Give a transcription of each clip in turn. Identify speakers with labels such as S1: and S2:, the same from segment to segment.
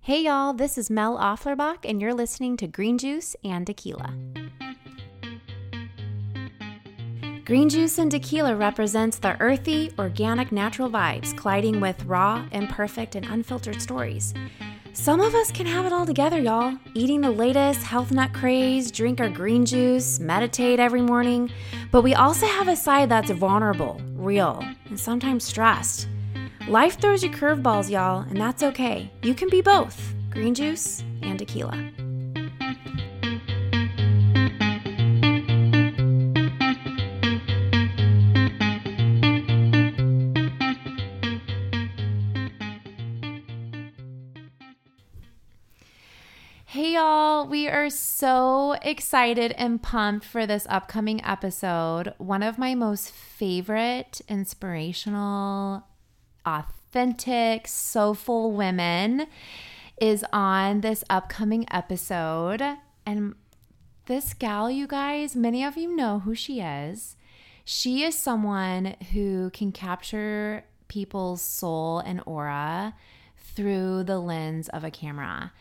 S1: Hey, y'all, this is Mel Offlerbach, and you're listening to Green Juice and Tequila. Green Juice and Tequila represents the earthy, organic, natural vibes colliding with raw, imperfect, and unfiltered stories. Some of us can have it all together, y'all. Eating the latest health nut craze, drink our green juice, meditate every morning. But we also have a side that's vulnerable, real, and sometimes stressed. Life throws you curveballs, y'all, and that's okay. You can be both green juice and tequila. Hey, y'all, we are so excited and pumped for this upcoming episode. One of my most favorite, inspirational, authentic, soulful women is on this upcoming episode. And this gal, you guys, many of you know who she is. She is someone who can capture people's soul and aura through the lens of a camera.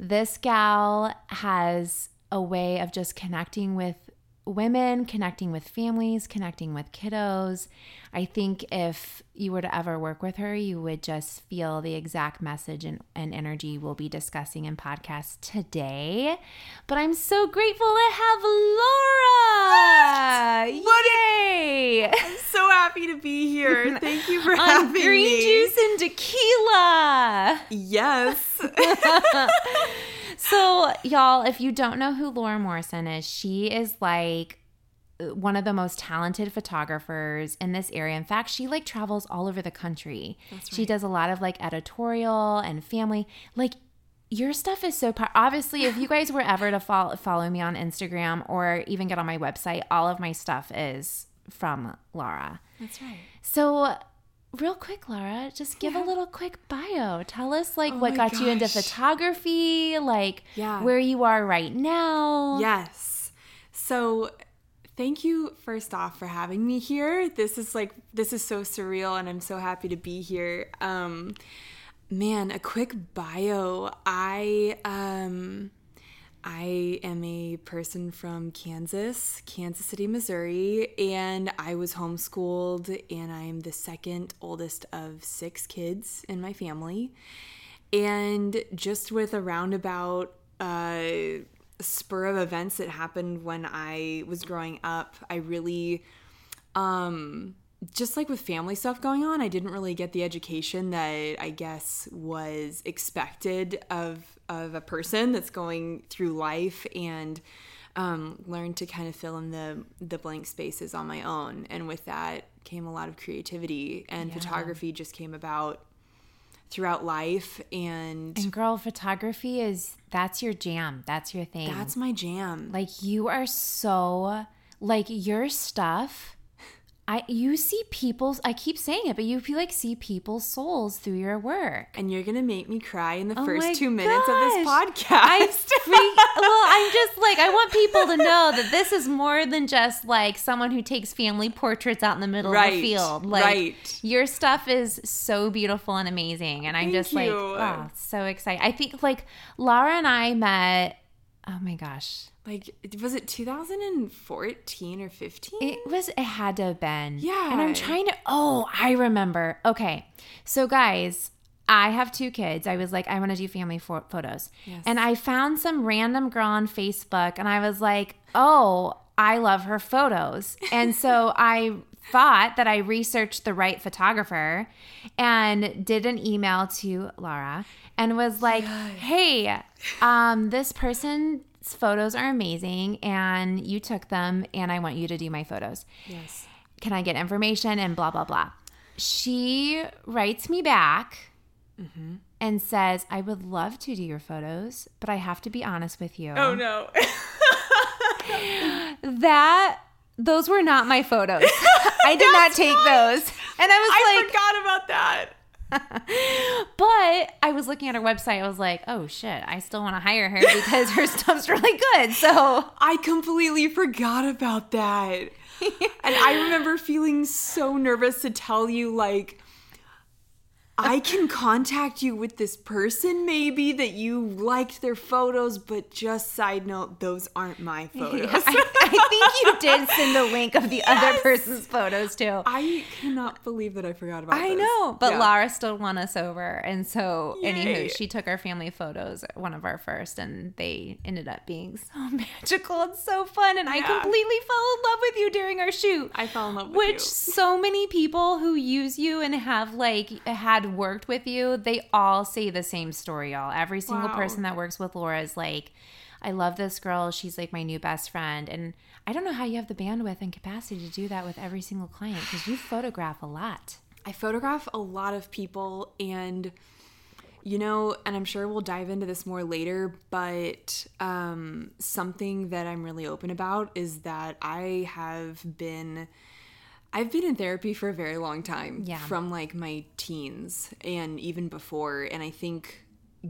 S1: This gal has a way of just connecting with women, connecting with families, connecting with kiddos. I think if you were to ever work with her, you would just feel the exact message and, and energy we'll be discussing in podcast today. But I'm so grateful to have Laura!
S2: What
S1: Yay!
S2: so happy to be here. Thank you for
S1: on
S2: having
S1: green
S2: me.
S1: juice and tequila.
S2: Yes.
S1: So, y'all, if you don't know who Laura Morrison is, she is like one of the most talented photographers in this area. In fact, she like travels all over the country. She does a lot of like editorial and family. Like your stuff is so pow- obviously if you guys were ever to follow follow me on Instagram or even get on my website, all of my stuff is from Laura.
S2: That's right.
S1: So, real quick, Laura, just give a little quick bio. Tell us like what
S2: Oh my
S1: got you into
S2: gosh.
S1: photography, like
S2: Yeah.
S1: where you are right now.
S2: Yes. So thank you first off for having me here. This is like this is so surreal and I'm so happy to be here. Um man, a quick bio. I um I am a person from Kansas, Kansas City, Missouri, and I was homeschooled and I'm the second oldest of six kids in my family. And just with a roundabout uh, spur of events that happened when I was growing up, I really just like with family stuff going on, I didn't really get the education that I guess was expected of of a person that's going through life and um, learned to kind of fill in the the blank spaces on my own. And with that came a lot of creativity, and photography just came about throughout life. And
S1: And girl, photography is that's your jam. That's your thing.
S2: that's my jam.
S1: like you are so like your stuff. I you see people's I keep saying it, but you like see people's souls through your work.
S2: and you're gonna make me cry in the
S1: Oh my
S2: first two minutes of this
S1: gosh.
S2: podcast.
S1: Freak- well, I'm just like I want people to know that this is more than just like someone who takes family portraits out in the middle of the
S2: Right,
S1: field. Like
S2: right.
S1: your stuff is so beautiful and amazing, and I'm
S2: Thank
S1: just like
S2: you.
S1: wow, so excited. I think like Laura and I met. Oh my gosh,
S2: like was it 2014 or 15
S1: It was, it had to have been.
S2: Yeah.
S1: And I'm trying to, oh, I remember. Okay. So, guys, I have two kids. I was like, I want to do family pho- photos.
S2: Yes.
S1: And I found some random girl on Facebook and I was like, oh, I love her photos. And so I thought that I researched the right photographer and did an email to Laura and was like, hey, um, this person's Photos are amazing, and you took them, and I want you to do my photos
S2: yes
S1: can I get information and blah blah blah. She writes me back
S2: Mm-hmm.
S1: and says, I would love to do your photos, but I have to be honest with you.
S2: oh no
S1: That those were not my photos. I did not take those. And I was
S2: i
S1: like,
S2: forgot about that
S1: but I was looking at her website. I was like, oh shit, I still want to hire her because her stuff's really good. So
S2: i completely forgot about that and i remember feeling so nervous to tell you like I can contact you with this person maybe that you liked their photos, but just side note, those aren't my photos.
S1: I, I think you did send the link of the other person's photos too.
S2: I cannot believe that I forgot about
S1: I
S2: those.
S1: know, but
S2: Yeah.
S1: Lara still won us over. And so,
S2: Yay.
S1: anywho, she took our family photos, one of our first, and they ended up being so magical and so fun. And I
S2: Yeah.
S1: completely fell in love with you during our shoot.
S2: I fell in love with
S1: Which
S2: you.
S1: so many people who use you and have like had worked with you, they all say the same story, y'all. Every single
S2: Wow.
S1: person that works with Laura is like, I love this girl. She's like my new best friend. And I don't know how you have the bandwidth and capacity to do that with every single client because you photograph a lot.
S2: I photograph a lot of people and you know, and I'm sure we'll dive into this more later, but um, something that I'm really open about is that I have been I've been in therapy for a very long time
S1: Yeah.
S2: from like my teens and even before and I think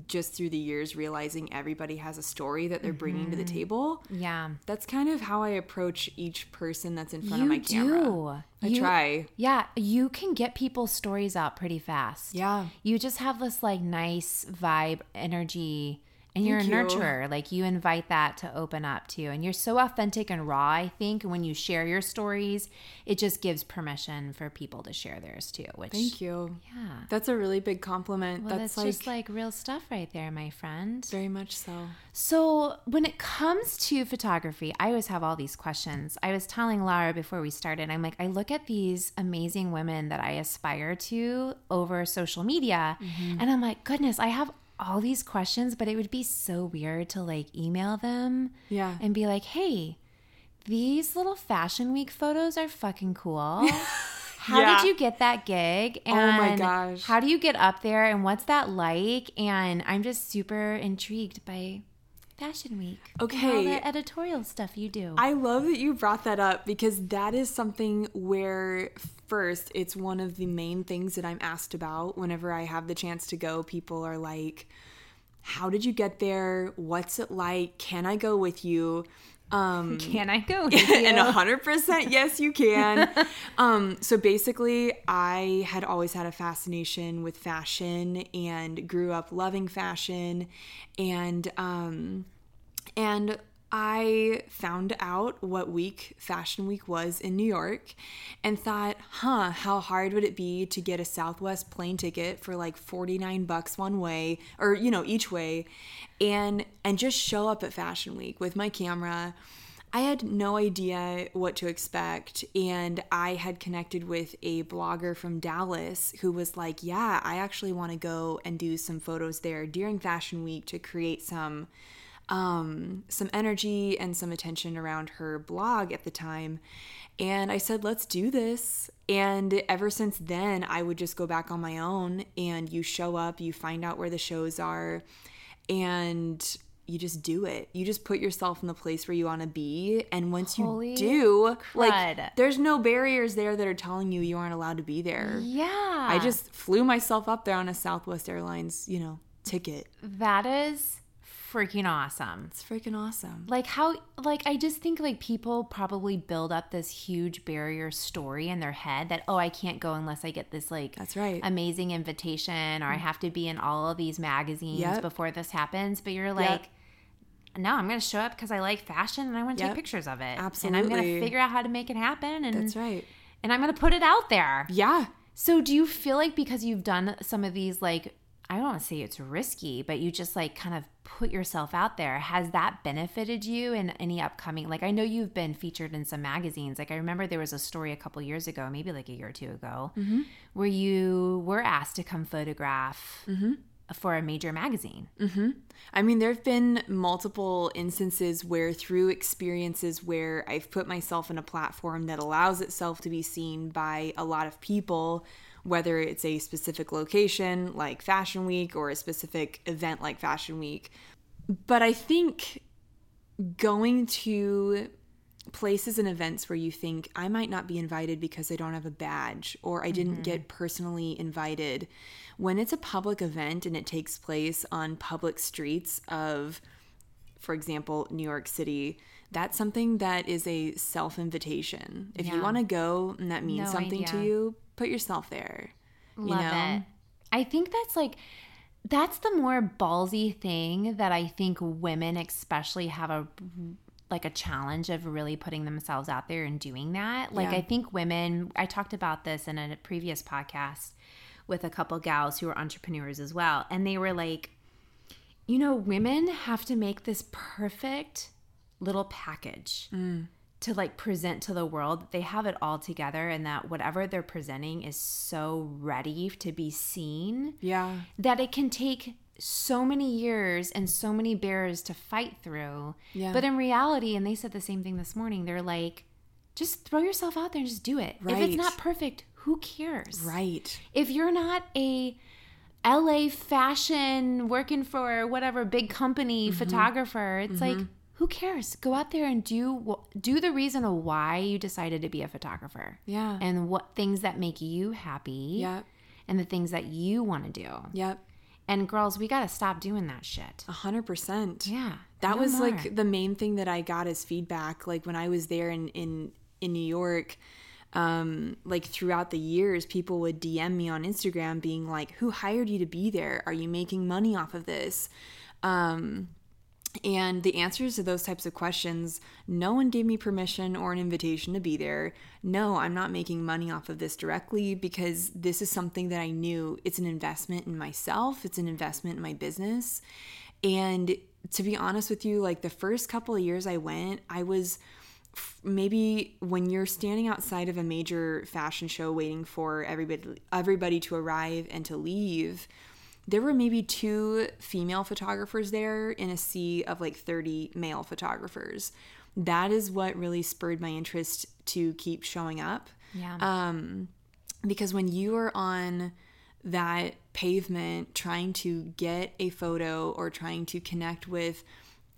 S2: just through the years realizing everybody has a story that they're bringing to the table.
S1: Yeah.
S2: That's kind of how I approach each person that's in front of my camera. I
S1: You-
S2: try.
S1: Yeah, you can get people's stories out pretty fast.
S2: Yeah.
S1: You just have this like nice vibe, energy, and you're
S2: Thank
S1: a
S2: you.
S1: nurturer. Like you invite that to open up to you. And you're so authentic and raw, I think. And when you share your stories, it just gives permission for people to share theirs too, which
S2: Thank you.
S1: yeah.
S2: That's a really big compliment.
S1: Well,
S2: that's
S1: that's,
S2: like,
S1: just like real stuff right there, my friend.
S2: very much so.
S1: So, when it comes to photography, I always have all these questions. I was telling Laura before we started, I'm like, I look at these amazing women that I aspire to over social media,
S2: Mm-hmm.
S1: and I'm like, goodness, I have all these questions, but it would be so weird to like email them
S2: Yeah.
S1: and be like, hey, these little fashion week photos are fucking cool. How
S2: Yeah. Oh
S1: did you get that gig? And
S2: my gosh.
S1: How do you get up there and what's that like? And I'm just super intrigued by Fashion Week. and all
S2: Okay.
S1: the editorial stuff you do.
S2: I love that you brought that up because that is something where first it's one of the main things that I'm asked about whenever I have the chance to go. People are like, "How did you get there? What's it like? Can I go with you?" Um
S1: Can I go?
S2: and a hundred percent yes you can um so basically i had always had a fascination with fashion and grew up loving fashion and um and I found out what week Fashion Week was in New York and thought, huh, how hard would it be to get a Southwest plane ticket for like 49 bucks one way or, you know, each way and and just show up at Fashion Week with my camera. I had no idea what to expect and I had connected with a blogger from Dallas who was like, "Yeah, I actually want to go and do some photos there during Fashion Week to create some um, some energy and some attention around her blog at the time. And I said, let's do this. And ever since then, I would just go back on my own and you show up, you find out where the shows are, and you just do it. You just put yourself in the place where you want to be. And once
S1: Holy
S2: you do,
S1: crud.
S2: like, there's no barriers there that are telling you you aren't allowed to be there.
S1: yeah.
S2: I just flew myself up there on a Southwest Airlines, you know, ticket.
S1: that is freaking awesome.
S2: It's freaking awesome.
S1: like how like i just think like people probably build up this huge barrier story in their head that oh i can't go unless i get this like
S2: That's right. Mm.
S1: amazing invitation or i have to be in all of these magazines
S2: Yep.
S1: before this happens but you're like no i'm gonna show up because i like fashion and i want to
S2: Yep.
S1: take pictures of it and i'm gonna
S2: Absolutely.
S1: figure out how to make it happen and
S2: That's right.
S1: and i'm gonna put it out there
S2: Yeah.
S1: so do you feel like because you've done some of these like I don't want to say it's risky, but you just like kind of put yourself out there. Has that benefited you in any upcoming like I know you've been featured in some magazines. Like I remember there was a story a couple years ago, maybe like a year or two ago, where you were asked to come photograph for a major magazine.
S2: I mean, there have been multiple instances where, through experiences where I've put myself in a platform that allows itself to be seen by a lot of people, whether it's a specific location like Fashion Week or a specific event like Fashion Week. But I think going to places and events where you think I might not be invited because I don't have a badge or I didn't get
S1: Mm-hmm.
S2: personally invited. When it's a public event and it takes place on public streets of, for example, New York City, that's something that is a self invitation. If you
S1: Yeah.
S2: want to go and that means
S1: No
S2: something to
S1: idea.
S2: you, put yourself there.
S1: Love
S2: you know?
S1: it. I think that's like that's the more ballsy thing that I think women especially have a like a challenge of really putting themselves out there and doing that. Like
S2: Yeah.
S1: I think women I talked about this in a previous podcast with a couple gals who are entrepreneurs as well and they were like you know women have to make this perfect little package to like present to the world that they have it all together and that whatever they're presenting is so ready to be seen
S2: Yeah.
S1: that it can take so many years and so many bears to fight through.
S2: Yeah.
S1: But in reality, and they said the same thing this morning, they're like, just throw yourself out there and just do it. If it's
S2: Right.
S1: not perfect, who cares?
S2: Right.
S1: If you're not a LA fashion working for whatever big company
S2: Mm-hmm.
S1: photographer, it's like who cares? Go out there and do wh- do the reason of why you decided to be a photographer.
S2: Yeah.
S1: And what things that make you happy.
S2: Yep.
S1: And the things that you want to do.
S2: Yep.
S1: And girls, we got to stop doing that shit.
S2: A hundred percent.
S1: Yeah.
S2: That
S1: no
S2: was
S1: more.
S2: like the main thing that I got as feedback. Like when I was there in in in New York, um, like throughout the years, people would DM me on Instagram being like, "Who hired you to be there? Are you making money off of this?" Um, and the answers to those types of questions, no one gave me permission or an invitation to be there. No, I'm not making money off of this directly because this is something that I knew it's an investment in myself, it's an investment in my business. And to be honest with you, like the first couple of years I went, I was f- maybe when you're standing outside of a major fashion show waiting for everybody everybody to arrive and to leave, there were maybe two female photographers there in a sea of like 30 male photographers. That is what really spurred my interest to keep showing up
S1: yeah.
S2: uh, because when you are on that pavement trying to get a photo or trying to connect with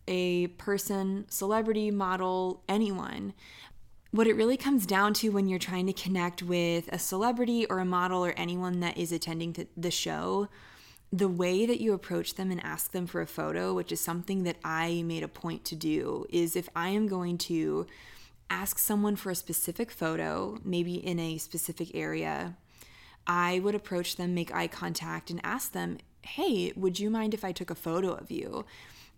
S2: a person, celebrity, model, anyone, what it really comes down to when you're trying to connect with a celebrity or a model or anyone that is attending to the show, the way that you approach them and ask them for a photo, which is something that I made a point to do, is if I am going to ask someone for a specific photo, maybe in a specific area, I would approach them, make eye contact, and ask them, Hey, would you mind if I took a photo of you?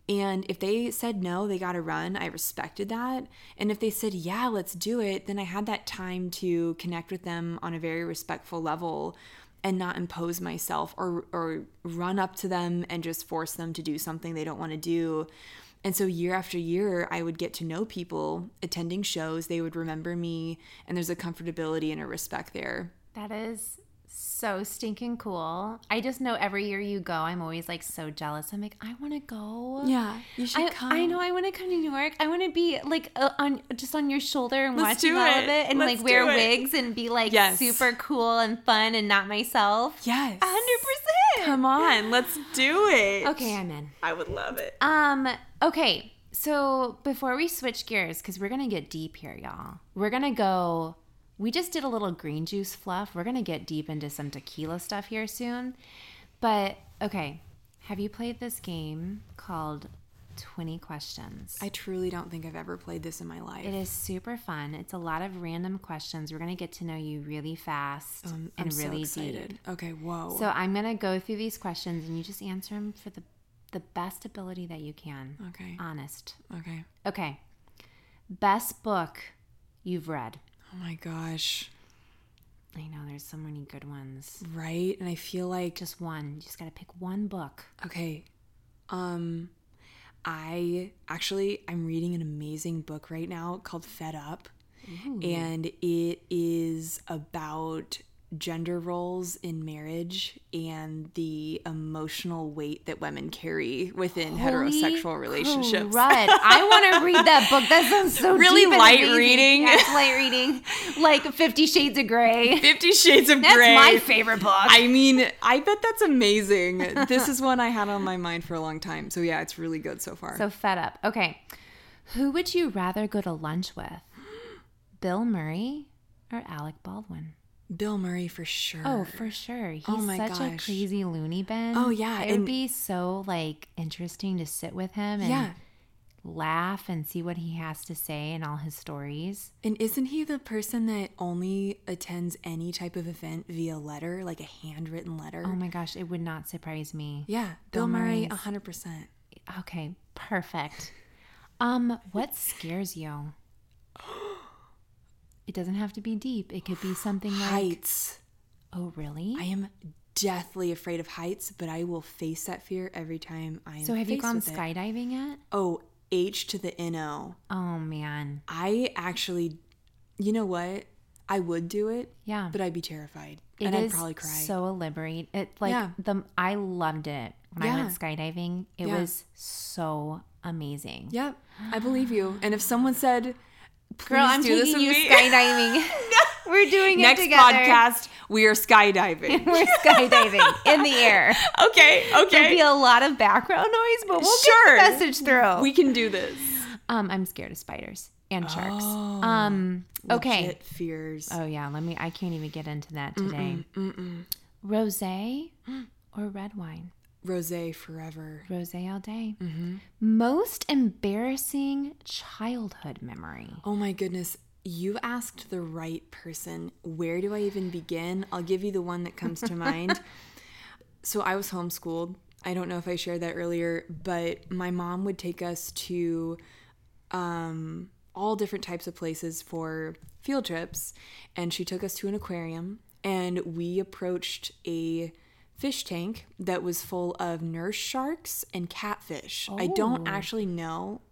S2: And if they said no, they got to run, I respected that. And if they said, Yeah, let's do it, then I had that time to connect with them on a very respectful level and not impose myself or, or run up to them and just force them to do something they don't want to do. And so year after year, I would get to know people attending shows. They would remember me, and there's a comfortability and a respect there.
S1: that is so stinking cool. I just know every year you go, I'm always like so jealous. I'm like, I want to go.
S2: Yeah, you should
S1: I,
S2: come.
S1: I know I want to come to New York. I want to be like uh, on just on your shoulder and
S2: Let's
S1: watching
S2: do
S1: all of
S2: it.
S1: it and
S2: Let's
S1: like wear
S2: do it.
S1: wigs and be like
S2: Yes.
S1: super cool and fun and not myself.
S2: Yes.
S1: A hundred percent.
S2: Come on, let's do it.
S1: Okay, I'm in.
S2: I would love it.
S1: Um. Okay. So before we switch gears, because we're gonna get deep here, y'all. We're gonna go. We just did a little green juice fluff. We're gonna get deep into some tequila stuff here soon. But okay, have you played this game called Twenty Questions?
S2: I truly don't think I've ever played this in my life.
S1: It is super fun. It's a lot of random questions. We're gonna get to know you really fast
S2: Um, I'm
S1: and
S2: so
S1: really deep.
S2: excited. Okay, whoa.
S1: So I'm gonna go through these questions, and you just answer them for the the best ability that you can.
S2: okay,
S1: Honest.
S2: okay.
S1: Okay. Best book you've read.
S2: Oh my gosh,
S1: I know there's so many good ones.
S2: right? And I feel like
S1: Just one. You just got to pick one book.
S2: Okay. Um I actually I'm reading an amazing book right now called Fed Up. And it is about gender roles in marriage and the emotional weight that women carry within heterosexual relationships.
S1: Right. I want to read that book. That sounds so
S2: Really
S1: deep and
S2: light
S1: amazing.
S2: reading.
S1: Yes, light reading. Like 50 Shades of Grey.
S2: 50 Shades of
S1: That's
S2: Grey.
S1: my favorite book.
S2: I mean, I bet that's amazing. this is one I had on my mind for a long time. So yeah, it's really good so far.
S1: so fed up. Okay. Who would you rather go to lunch with? Bill Murray or Alec Baldwin?
S2: Bill Murray for sure.
S1: Oh, for sure. He's
S2: my
S1: such a
S2: gosh.
S1: crazy loony bin.
S2: Oh, yeah,
S1: It would
S2: and-
S1: be so like interesting to sit with him and
S2: yeah.
S1: laugh and see what he has to say in all his stories.
S2: And isn't he the person that only attends any type of event via letter, like a handwritten letter?
S1: Oh my gosh, it would not surprise me.
S2: yeah, Bill,
S1: Bill
S2: Murray,
S1: Murray's-
S2: a 100%.
S1: Okay, perfect. Um, what scares you? It doesn't have to be deep. It could be something like,
S2: Heights.
S1: oh, really?
S2: I am deathly afraid of heights, but I will face that fear every time I am
S1: so have you
S2: faced
S1: gone
S2: with it.
S1: skydiving yet?
S2: Oh, H to the N-O.
S1: Oh man,
S2: I actually, you know what? I would do it,
S1: yeah.
S2: but I'd be terrified.
S1: It
S2: and I'd
S1: is
S2: probably cry.
S1: So liberating. It's like
S2: Yeah.
S1: the I loved it when I
S2: Yeah.
S1: went skydiving. It
S2: Yeah.
S1: was so amazing.
S2: Yep, I believe you. And if someone said, Please
S1: Girl, I'm
S2: do
S1: taking
S2: this with
S1: you
S2: me.
S1: skydiving. We're doing it
S2: Next
S1: together.
S2: podcast, we are skydiving.
S1: We're skydiving in the air.
S2: okay,
S1: There'll be
S2: okay.
S1: a lot of background noise, but we'll
S2: Sure.
S1: get the message through.
S2: We can do this.
S1: um, I'm scared of spiders and sharks.
S2: Oh.
S1: um, okay.
S2: Legit fears.
S1: Oh yeah, let me. I can't even get into that today. Rosé or red wine?
S2: Rosé forever.
S1: Rosé all day.
S2: Mm-hmm.
S1: Most embarrassing childhood memory.
S2: Oh my goodness. You asked the right person. Where do I even begin? I'll give you the one that comes to mind. So I was homeschooled. I don't know if I shared that earlier, but my mom would take us to um, all different types of places for field trips. And she took us to an aquarium, and we approached a fish tank that was full of nurse sharks and catfish. I don't actually know.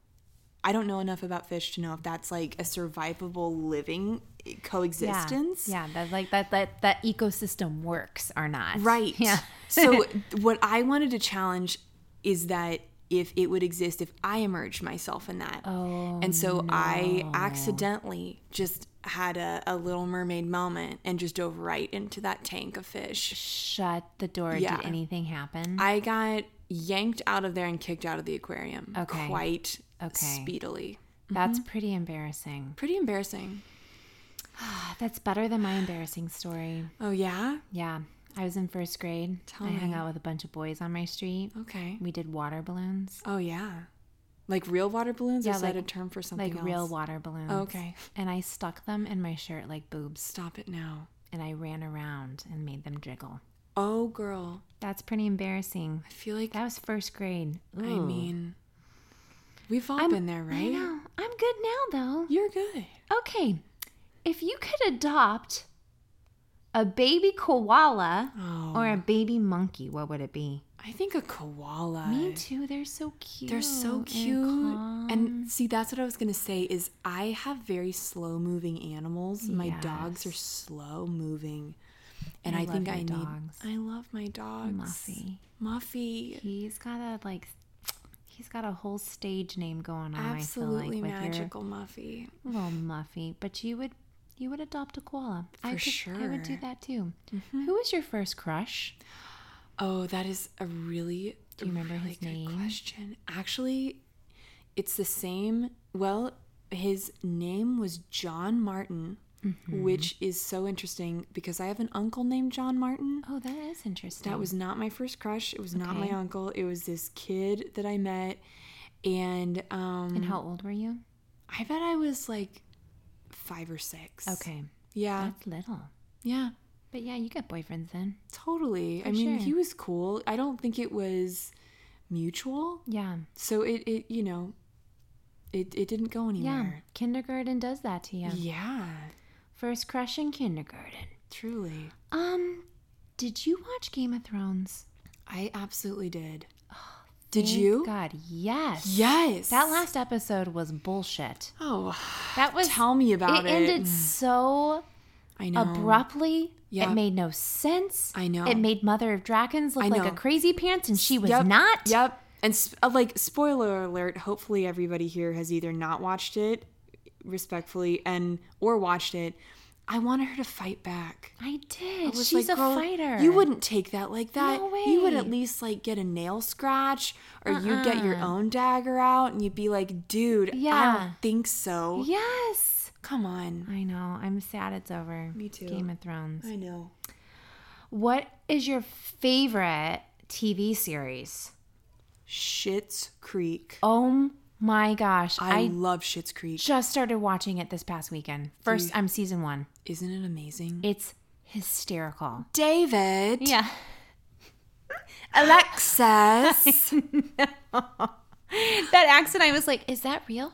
S2: I don't know enough about fish to know if that's like a survivable living eh, coexistence.
S1: Yeah, yeah that like that that that ecosystem works or not.
S2: Right.
S1: Yeah.
S2: so what I wanted to challenge is that if it would exist if I immersed myself in that.
S1: Oh,
S2: and so I accidentally just had a, a little mermaid moment and just dove right into that tank of fish.
S1: Shut the door.
S2: Yeah.
S1: Did anything happen?
S2: I got yanked out of there and kicked out of the aquarium
S1: Okay.
S2: quite
S1: Okay.
S2: speedily.
S1: That's
S2: mm-hmm.
S1: pretty embarrassing.
S2: Pretty embarrassing.
S1: That's better than my embarrassing story.
S2: Oh yeah?
S1: Yeah. I was in first grade. I hung out with a bunch of boys on my street.
S2: Okay.
S1: We did water balloons.
S2: Oh yeah. Like real water balloons?
S1: Yeah,
S2: is that
S1: like-
S2: a term for something
S1: Like
S2: else?
S1: real water balloons.
S2: Okay.
S1: And I stuck them in my shirt like boobs
S2: Stop it now.
S1: and I ran around and made them jiggle.
S2: Oh girl.
S1: That's pretty embarrassing.
S2: I feel like
S1: That was first grade.
S2: I
S1: Ooh.
S2: mean, we've all been there,
S1: Oh. I
S2: right?
S1: know. I'm good now
S2: You're good.
S1: though. Okay. If you could adopt a baby koala
S2: Oh,
S1: or a baby monkey, what would it be?
S2: I think a koala.
S1: Me too. They're so cute.
S2: They're so
S1: and
S2: cute.
S1: calm.
S2: And, see, that's what I was gonna say is I have very slow moving animals. My dogs are
S1: Yes.
S2: slow moving, and
S1: I
S2: I,
S1: love
S2: think
S1: your
S2: I
S1: dogs.
S2: need. I love my dogs.
S1: Muffy.
S2: Muffy.
S1: He's got a like he's got a whole stage name going on,
S2: Absolutely
S1: I feel like, with
S2: magical Muffy.
S1: your little Muffy. But you would you would adopt a koala. I
S2: For
S1: could, I would do
S2: sure. Mm-hmm.
S1: that too. Who was your first crush?
S2: Oh, that is a really do
S1: you remember
S2: really
S1: his
S2: good
S1: name?
S2: Question. Actually, it's the same. Well, his name was John Martin,
S1: Mm-hmm.
S2: which is so interesting because I have an uncle named John Martin.
S1: Oh, that is interesting.
S2: That was not my first crush. It was not my
S1: Okay.
S2: uncle. It was this kid that I met, and um,
S1: and how old were you?
S2: I bet I was like five or six.
S1: Okay.
S2: Yeah.
S1: That's little.
S2: yeah.
S1: But yeah, you got boyfriends then.
S2: Totally. I mean,
S1: sure.
S2: he was cool. I don't think it was mutual.
S1: Yeah.
S2: So it, it you know, it, it didn't
S1: Yeah.
S2: go anywhere.
S1: Kindergarten does that to you.
S2: Yeah.
S1: First crush in kindergarten.
S2: truly.
S1: Um, did you watch Game of Thrones?
S2: I absolutely did. did
S1: Oh, Thank
S2: you?
S1: God, yes.
S2: Yes.
S1: That last episode was bullshit.
S2: Oh,
S1: That was
S2: tell me about it.
S1: It ended so
S2: I know.
S1: abruptly.
S2: Yeah.
S1: It made no sense.
S2: I know.
S1: It made Mother of Dragons look
S2: I
S1: like
S2: know.
S1: a crazy pants, and she was
S2: Yep,
S1: not.
S2: Yep. And sp- uh, like spoiler alert, hopefully everybody here has either not watched it respectfully and or watched it. I wanted her to fight back.
S1: I did.
S2: I was
S1: She's
S2: like,
S1: a
S2: "Girl,
S1: fighter.
S2: You wouldn't take that like that.
S1: No
S2: You would
S1: way. Uh-uh.
S2: at least like get a nail scratch or you'd get your own dagger out and you'd be like, dude, I
S1: Yeah.
S2: don't think so.
S1: Yes.
S2: Come on.
S1: I know. I'm sad it's over.
S2: Me too.
S1: Game of Thrones.
S2: I know.
S1: What is your favorite TV series?
S2: Shits Creek.
S1: Oh My gosh, I,
S2: I, love Schitt's Creek.
S1: just started watching it this past weekend. First, I'm season one.
S2: Isn't it amazing?
S1: It's hysterical.
S2: David,
S1: Yeah.
S2: Alexis.
S1: That accent, I was like, is that real?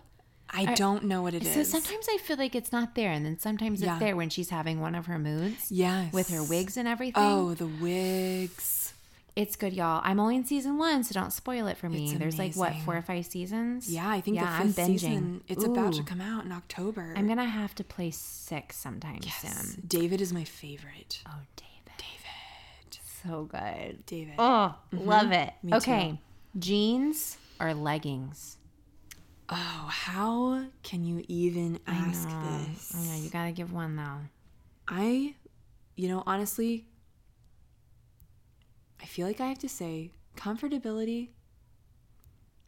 S2: I don't know what it is.
S1: So sometimes I feel like it's not there, and then sometimes
S2: Yeah.
S1: it's there when she's having one of her moods
S2: yes.
S1: with her wigs and everything.
S2: Oh, the wigs.
S1: It's good, y'all. I'm only in season one, so don't spoil it for me.
S2: It's
S1: There's like what
S2: amazing.
S1: four or five seasons.
S2: Yeah, I think
S1: yeah,
S2: the fifth
S1: I'm binging.
S2: season. It's about to
S1: Ooh.
S2: come out in October.
S1: I'm gonna have to play six sometime soon.
S2: David is my favorite.
S1: Oh, David. David. So good.
S2: David. Mm-hmm.
S1: Oh, love it.
S2: Me too.
S1: okay, jeans or leggings?
S2: Oh, how can you even ask this?
S1: I know Mm, you gotta give one though.
S2: I, you know, honestly, I feel like I have to say comfortability,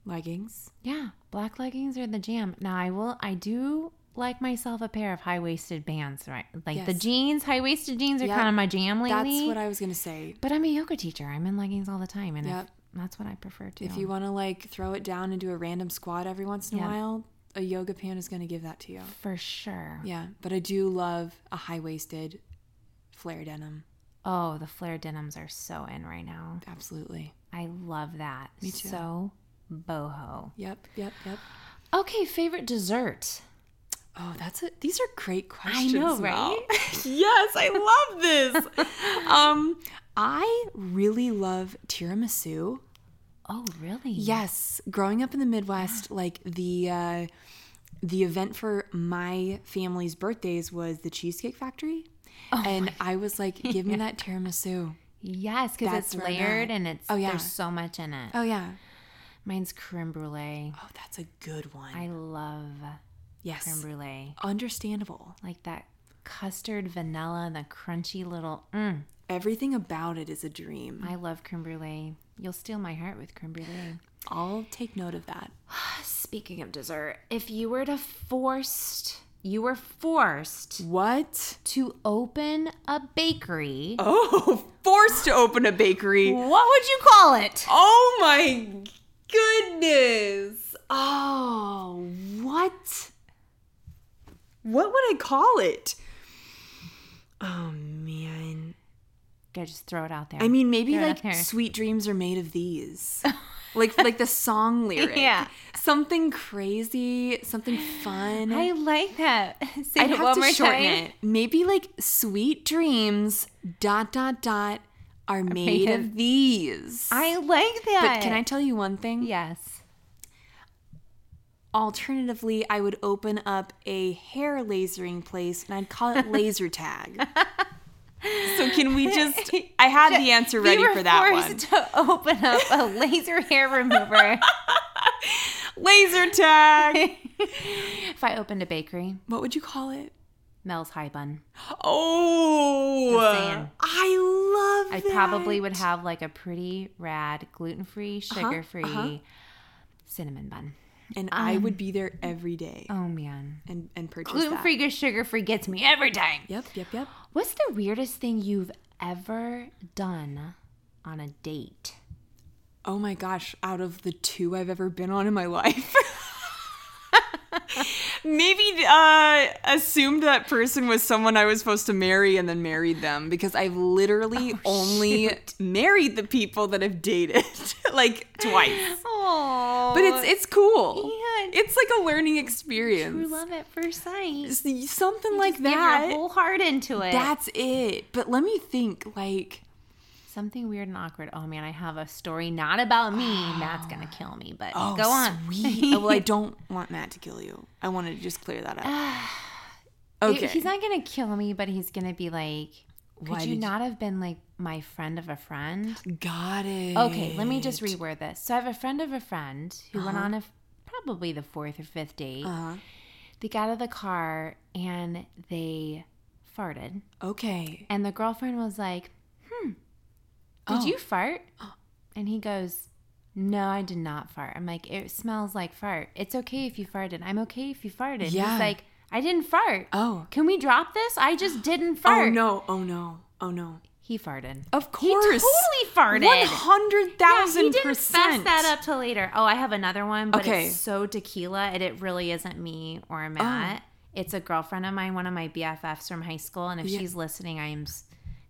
S2: leggings.
S1: Yeah, black leggings are the jam. Now I will. I do like myself a pair of high waisted bands. Right, like the
S2: Yes.
S1: jeans. High waisted jeans are
S2: Yep.
S1: kind of my jam lately.
S2: That's what I was going to say.
S1: But I'm a yoga teacher. I'm in leggings all the time, and if-
S2: Yep.
S1: that's what I prefer to.
S2: If you want to like throw it down and do a random squat every once in a
S1: Yeah.
S2: while, a yoga pant is going to give that to you.
S1: for sure.
S2: Yeah, but I do love a high waisted flare denim.
S1: Oh, the flare denims are so in right now.
S2: Absolutely.
S1: I love that. Me
S2: too.
S1: So boho.
S2: Yep, yep, yep.
S1: Okay, favorite dessert.
S2: Oh, that's it. These are great questions.
S1: know,
S2: Mel.
S1: right?
S2: yes, I love this. um, I really love tiramisu.
S1: Oh, really?
S2: Yes, growing up in the Midwest, like the uh, the event for my family's birthdays was the Cheesecake Factory,
S1: Oh
S2: and I was like, "Give me that tiramisu."
S1: Yes, because
S2: That's
S1: it's
S2: where I'm
S1: layered
S2: at.
S1: and it's
S2: Oh, yeah.
S1: there's so much in it.
S2: Oh yeah.
S1: Mine's creme brulee.
S2: Oh, that's a good one.
S1: I love creme
S2: yes,
S1: brulee.
S2: understandable.
S1: Like that custard vanilla and the crunchy little. Mm,
S2: Everything about it is a dream.
S1: I love creme brulee. You'll steal my heart with creme brulee.
S2: I'll take note of that.
S1: Speaking of dessert, if you were to forced, you were forced
S2: What?
S1: to open a bakery,
S2: Oh, forced to open a bakery.
S1: what would you call it?
S2: Oh my goodness. Oh, what? What would I call it? Oh man.
S1: Okay, just throw it out there.
S2: I mean, maybe
S1: Throw it out
S2: like
S1: there.
S2: sweet dreams are made of these. like like the song lyric.
S1: Yeah.
S2: Something crazy, something fun.
S1: I like that. Say
S2: I'd
S1: it
S2: have
S1: one
S2: to
S1: more
S2: shorten
S1: time.
S2: it. Maybe like sweet dreams dot dot dot are
S1: of-
S2: made
S1: Ah.
S2: of these.
S1: I like that.
S2: But can I tell you one thing?
S1: Yes.
S2: Alternatively, I would open up a hair lasering place and I'd call it laser tag. so can we just I had the answer ready
S1: we were
S2: for that one.
S1: forced to open up a laser hair remover.
S2: Laser tag.
S1: if I opened a bakery,
S2: what would you call it?
S1: Mel's High Bun, Just
S2: Oh.
S1: saying.
S2: I love
S1: I
S2: that.
S1: probably would have like a pretty rad gluten free, sugar free cinnamon bun.
S2: and I
S1: Um,
S2: would be there every day
S1: Oh man.
S2: and and purchase
S1: Gluten
S2: that.
S1: free, sugar free gets me every time.
S2: Yep, yep, yep.
S1: What's the weirdest thing you've ever done on a date?
S2: Oh my gosh, out of the two I've ever been on in my life. Maybe uh, assumed that person was someone I was supposed to marry and then married them because I've literally
S1: Oh,
S2: only married the people that I've dated like twice.
S1: Oh,
S2: But it's it's cool.
S1: Yeah.
S2: It's like a learning
S1: we
S2: experience.
S1: love at first sight.
S2: S- Something like
S1: Give your
S2: that.
S1: whole heart into it.
S2: That's it. But let me think like
S1: Something weird and awkward. Oh man, I have a story not about me. Matt's gonna kill me, but
S2: oh,
S1: go on.
S2: sweet. well, I don't want Matt to kill you. I wanted to just clear that up. Okay.
S1: He's not gonna kill me, but he's gonna be like, could
S2: Why
S1: you
S2: did you-
S1: not have been like my friend of a friend?
S2: Got it.
S1: Okay, let me just reword this. So I have a friend of a friend who went on a f- probably the fourth or fifth date.
S2: Uh-huh.
S1: They got out of the car and they farted,
S2: Okay.
S1: and the girlfriend was like, "Hmm, did
S2: Oh.
S1: you fart?" And he goes. No, I did not fart. I'm like, it smells like fart. It's okay if you farted. I'm okay if you farted.
S2: Yeah.
S1: He's like, I didn't fart.
S2: Oh.
S1: Can we drop this? I just didn't fart.
S2: Oh no. Oh no. Oh no.
S1: He farted.
S2: Of course.
S1: He totally farted.
S2: One hundred
S1: Yeah, he
S2: thousand
S1: didn't fess
S2: percent.
S1: that up till later. Oh, I have another one, but
S2: Okay.
S1: it's so tequila, and it really isn't me or Matt. It's a girlfriend of mine, one of my BFFs from high school, and if she's listening, I'm, s-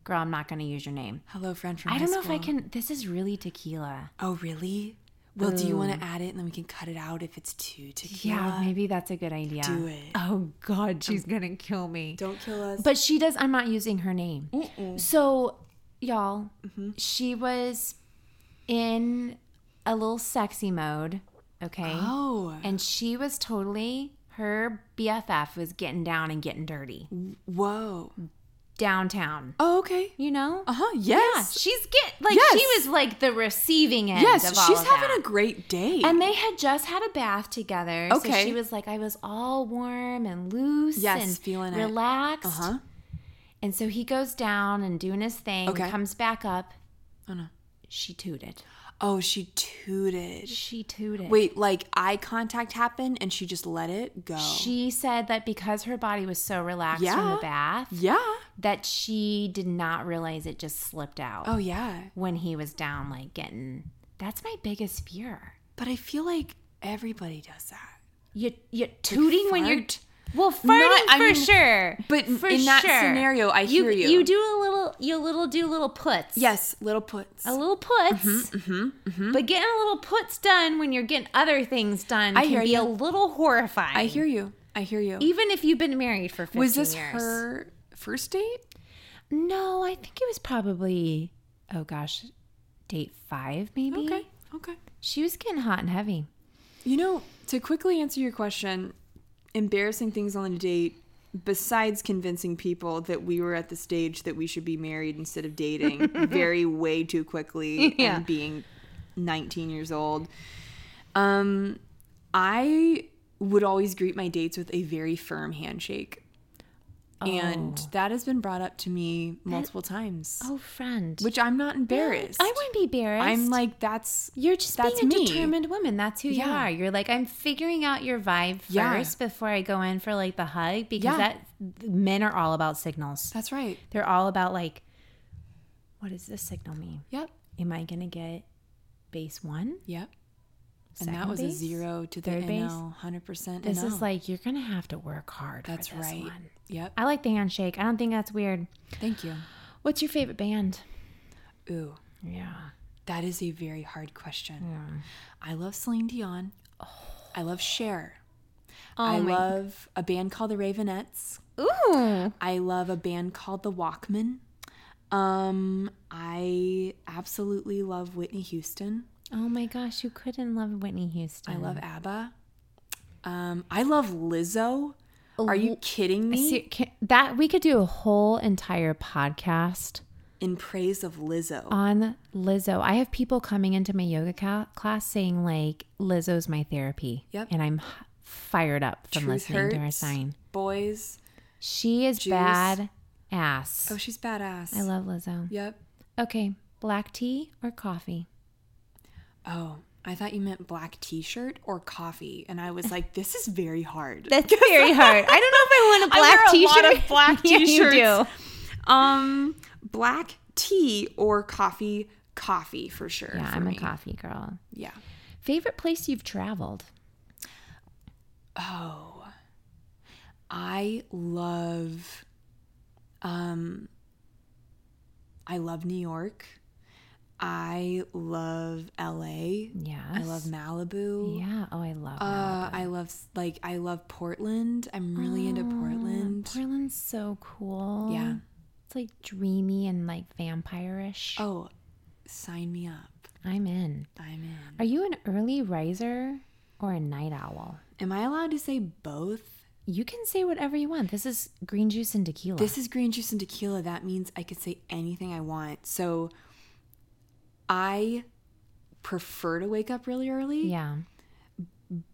S1: girl, I'm not going to use your name.
S2: Hello, friend from
S1: I
S2: high
S1: don't know if I
S2: school.
S1: can. This is really tequila.
S2: Oh, really? Well, do you want to add it and then we can cut it out if it's too tequila?
S1: Yeah, maybe that's a good idea.
S2: Do it.
S1: Oh God, she's gonna kill me.
S2: Don't kill us.
S1: But she does. I'm not using her name. So, y'all,
S2: Mm-hmm.
S1: she was in a little sexy mode. Okay.
S2: oh,
S1: And she was totally, her BFF was getting down and getting dirty
S2: whoa.
S1: downtown.
S2: Oh, okay.
S1: You know?
S2: Uh huh.
S1: Yeah,
S2: Yes.
S1: she's get like she
S2: Yes.
S1: was like the receiving end.
S2: yes.
S1: of all
S2: She's
S1: of
S2: having
S1: that.
S2: a great day.
S1: And they had just had a bath together. So
S2: Okay.
S1: she was like, I was all warm and loose
S2: Yes,
S1: and
S2: feeling it.
S1: relaxed.
S2: uh huh.
S1: And so he goes down and doing his thing,
S2: Okay.
S1: comes back up.
S2: Oh no.
S1: She tooted.
S2: Oh, she tooted.
S1: She tooted.
S2: Wait, like eye contact happened and she just let it go.
S1: She said that because her body was so relaxed from the
S2: Yeah.
S1: bath,
S2: yeah.
S1: that she did not realize it just slipped out
S2: Oh, yeah.
S1: when he was down, like getting. That's my biggest fear.
S2: But I feel like everybody does that.
S1: You you tooting when you're
S2: fart?
S1: well farting
S2: I
S1: for
S2: mean-
S1: sure,
S2: but
S1: for
S2: in that scenario, I hear you.
S1: You do a little, you little do little puts.
S2: Yes, little puts.
S1: a little puts. Mm-hmm, But getting a little puts done when you're getting other things done
S2: I
S1: can
S2: hear
S1: be
S2: you.
S1: a little horrifying.
S2: I hear you. I hear you.
S1: even if you've been married for 15
S2: Was this
S1: years.
S2: her first date?
S1: No, I think it was probably oh gosh, date five maybe.
S2: Okay. Okay.
S1: She was getting hot and heavy.
S2: You know, to quickly answer your question, embarrassing things on a date, besides convincing people that we were at the stage that we should be married instead of dating very way too quickly
S1: Yeah.
S2: and being 19 years old, um, I would always greet my dates with a very firm handshake. And that has been brought up to me multiple times,
S1: Oh, friend.
S2: which I'm not embarrassed.
S1: I wouldn't be embarrassed.
S2: I'm like, that's
S1: you're just
S2: that's
S1: being a
S2: me.
S1: determined woman. That's who you
S2: Yeah.
S1: are. You're like, I'm figuring out your vibe first
S2: Yeah.
S1: before I go in for like the hug because
S2: Yeah.
S1: that men are all about signals.
S2: that's right.
S1: They're all about like, what does this signal mean?
S2: Yep.
S1: Am I gonna get base one?
S2: Yep.
S1: Second
S2: and that was a
S1: base?
S2: zero to the
S1: Third base?
S2: NL, hundred percent.
S1: This is like you're gonna have to work hard.
S2: that's
S1: for this
S2: right.
S1: One.
S2: Yep.
S1: I like the handshake. I don't think that's weird.
S2: Thank you.
S1: What's your favorite band?
S2: Ooh,
S1: Yeah.
S2: that is a very hard question.
S1: Mm.
S2: I love Celine Dion.
S1: Oh.
S2: I love Cher. I love a band called the Ravenettes.
S1: Ooh.
S2: I love a band called the Walkmen. Um, I absolutely love Whitney Houston.
S1: Oh my gosh, you couldn't love Whitney Houston.
S2: I love ABBA. Um, I love Lizzo. Are you kidding me?
S1: See, can- that we could do a whole entire podcast
S2: In praise of Lizzo.
S1: on Lizzo. I have people coming into my yoga ca- class saying like Lizzo's my therapy.
S2: Yep.
S1: And I'm h- fired up from
S2: Truth
S1: listening to her
S2: hurts.
S1: sign.
S2: Boys.
S1: She is
S2: Juice.
S1: bad ass.
S2: Oh, she's badass.
S1: I love Lizzo.
S2: Yep.
S1: Okay, black tea or coffee?
S2: Oh, I thought you meant black t-shirt or coffee, and I was like, this is very hard.
S1: That's very hard. I don't know if I want a
S2: I
S1: black
S2: wear a
S1: t-shirt.
S2: lot of black
S1: Yeah, you
S2: t-shirts.
S1: do.
S2: Um, black tea or coffee, coffee for sure.
S1: Yeah,
S2: for
S1: I'm
S2: me.
S1: a coffee girl.
S2: Yeah.
S1: Favorite place you've traveled?
S2: Oh, I love, um, I love New York. I love L.A.
S1: Yes.
S2: I love Malibu.
S1: Yeah. Oh, I love Malibu.
S2: Uh, I love like I love Portland. I'm really
S1: Ah,
S2: into Portland.
S1: Portland's so cool.
S2: Yeah.
S1: It's like dreamy and like vampire-ish.
S2: Oh, sign me up.
S1: I'm in.
S2: I'm in.
S1: Are you an early riser or a night owl?
S2: Am I allowed to say both?
S1: You can say whatever you want. This is green juice and tequila.
S2: This is green juice and tequila. That means I could say anything I want. So I prefer to wake up really early,
S1: yeah.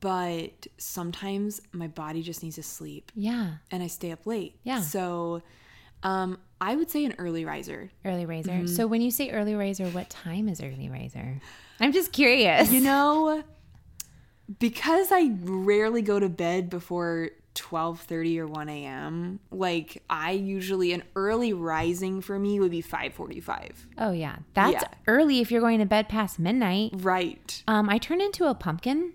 S2: but sometimes my body just needs to sleep
S1: Yeah.
S2: and I stay up late.
S1: Yeah.
S2: So um I would say an early riser.
S1: Early riser.
S2: Mm-hmm.
S1: So when you say early riser, what time is early riser? I'm just curious.
S2: You know, because I rarely go to bed before 12:30 or 1 a.m. Like I usually an early rising for me would be 5:45.
S1: Oh yeah, that's
S2: Yeah.
S1: early if you're going to bed past midnight.
S2: Right.
S1: Um, I turn into a pumpkin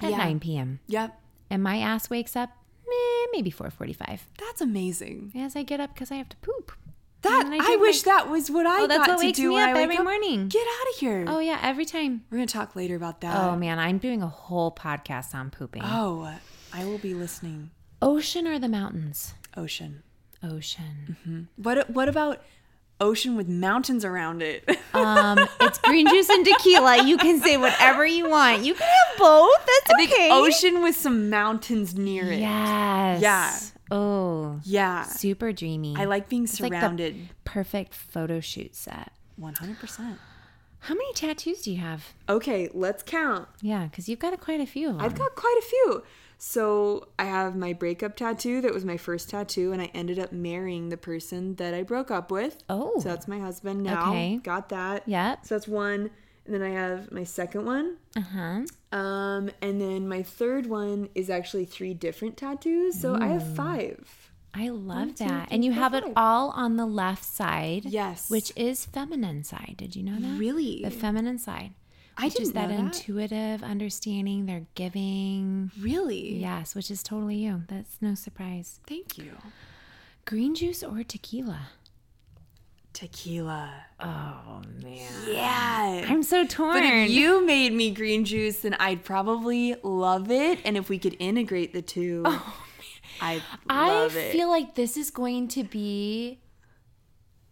S1: at
S2: Yeah.
S1: 9 p.m.
S2: Yep.
S1: and my ass wakes up eh, maybe 4:45
S2: That's amazing.
S1: as I get up because I have to poop.
S2: That
S1: And I
S2: I,
S1: drink
S2: wish that was what I
S1: Oh, that's
S2: got
S1: what
S2: to
S1: wakes
S2: do
S1: me
S2: when
S1: up
S2: I wake
S1: every
S2: up.
S1: morning.
S2: Get Uh, out of here.
S1: Oh yeah, every time.
S2: We're gonna talk later about that.
S1: Oh man, I'm doing a whole podcast on pooping.
S2: oh, I will be listening.
S1: Ocean or the mountains?
S2: Ocean.
S1: Ocean.
S2: What What about ocean with mountains around it?
S1: Um, it's green juice and tequila. You can say whatever you want. You can have both. That's okay.
S2: ocean with some mountains near it.
S1: Yes.
S2: Yeah.
S1: Oh,
S2: Yeah.
S1: super dreamy.
S2: I like being
S1: like the-
S2: surrounded.
S1: perfect photo shoot set.
S2: One hundred percent.
S1: How many tattoos do you have?
S2: Okay, let's count.
S1: Yeah, because you've got quite a few of them.
S2: I've got quite a few. So I have my breakup tattoo. That was my first tattoo, and I ended up marrying the person that I broke up with.
S1: Oh.
S2: so that's my husband now.
S1: Okay.
S2: Got that.
S1: Yep.
S2: So that's one, and then I have my second one.
S1: Uh huh.
S2: Um, and then my third one is actually three different tattoos. So I have five.
S1: I love
S2: two,
S1: that.
S2: three,
S1: and you
S2: four,
S1: have it
S2: five.
S1: all on the left side.
S2: Yes.
S1: Which is feminine side. Did you know that?
S2: Really?
S1: The feminine side.
S2: I
S1: Which is
S2: didn't
S1: that
S2: know that.
S1: intuitive understanding, they're giving.
S2: Really?
S1: Yes, which is totally you. That's no surprise.
S2: Thank you.
S1: Green juice or tequila?
S2: Tequila.
S1: Oh man.
S2: Yeah.
S1: I'm so torn.
S2: But if you made me green juice, then I'd probably love it. And if we could integrate the two, I
S1: Oh, I
S2: love it.
S1: feel like this is going to be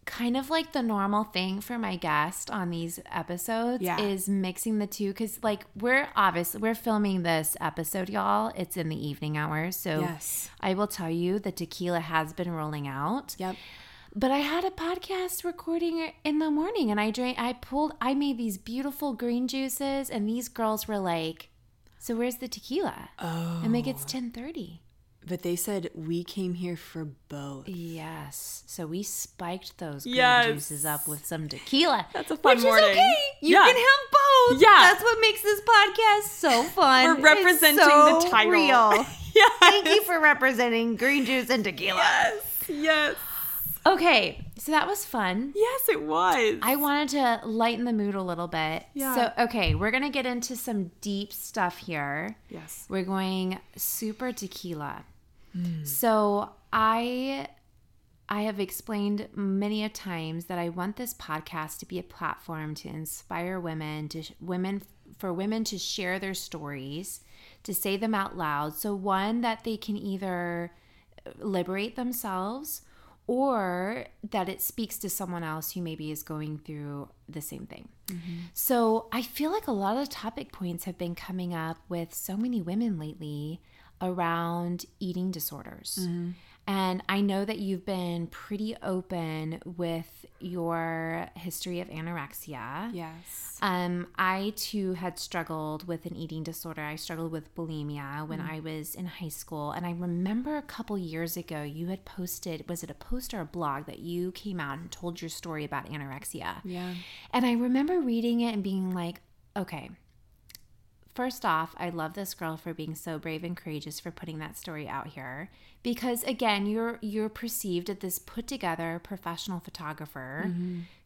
S1: kind of like the normal thing for my guest on these episodes
S2: Yeah.
S1: is mixing the two cuz like we're obviously we're filming this episode y'all it's in the evening hours so
S2: Yes.
S1: I will tell you the tequila has been rolling out
S2: Yep.
S1: but I had a podcast recording in the morning and I drank I pulled I made these beautiful green juices and these girls were like so where's the tequila
S2: Oh.
S1: I'm like it's 10:30
S2: But they said we came here for both.
S1: Yes. So we spiked those green
S2: Yes.
S1: juices up with some tequila.
S2: That's a fun
S1: which
S2: morning.
S1: is okay. You
S2: Yeah.
S1: can have both.
S2: Yeah.
S1: That's what makes this podcast so fun.
S2: We're
S1: It's
S2: representing
S1: so
S2: the title.
S1: Real.
S2: yes.
S1: Thank you for representing green juice and tequila.
S2: Yes. Yes.
S1: Okay. So that was fun.
S2: Yes, it was.
S1: I wanted to lighten the mood a little bit.
S2: Yeah.
S1: So okay, we're gonna get into some deep stuff here.
S2: yes.
S1: We're going super tequila. So I I have explained many a times that I want this podcast to be a platform to inspire women to sh- women for women to share their stories, to say them out loud. So one that they can either liberate themselves or that it speaks to someone else who maybe is going through the same thing. So I feel like a lot of topic points have been coming up with so many women lately around eating disorders. And I know that you've been pretty open with your history of anorexia.
S2: Yes.
S1: Um, I too had struggled with an eating disorder. I struggled with bulimia when I was in high school. And I remember a couple years ago, you had posted was it a post or a blog that you came out and told your story about anorexia?
S2: Yeah.
S1: And I remember reading it and being like, okay, first off, I love this girl for being so brave and courageous for putting that story out here because again, you're you're perceived as this put together professional photographer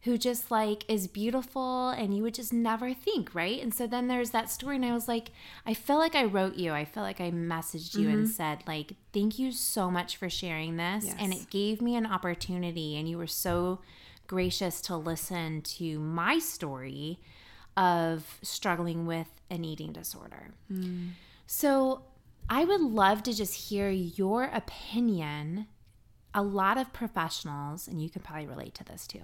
S1: who just like is beautiful and you would just never think, right? And so then there's that story and I was like, I feel like I wrote you. I feel like I messaged you and said like, thank you so much for sharing this and
S2: Yes.
S1: it gave me an opportunity and you were so gracious to listen to my story of struggling with an eating disorder. So I would love to just hear your opinion. A lot of professionals, and you can probably relate to this too,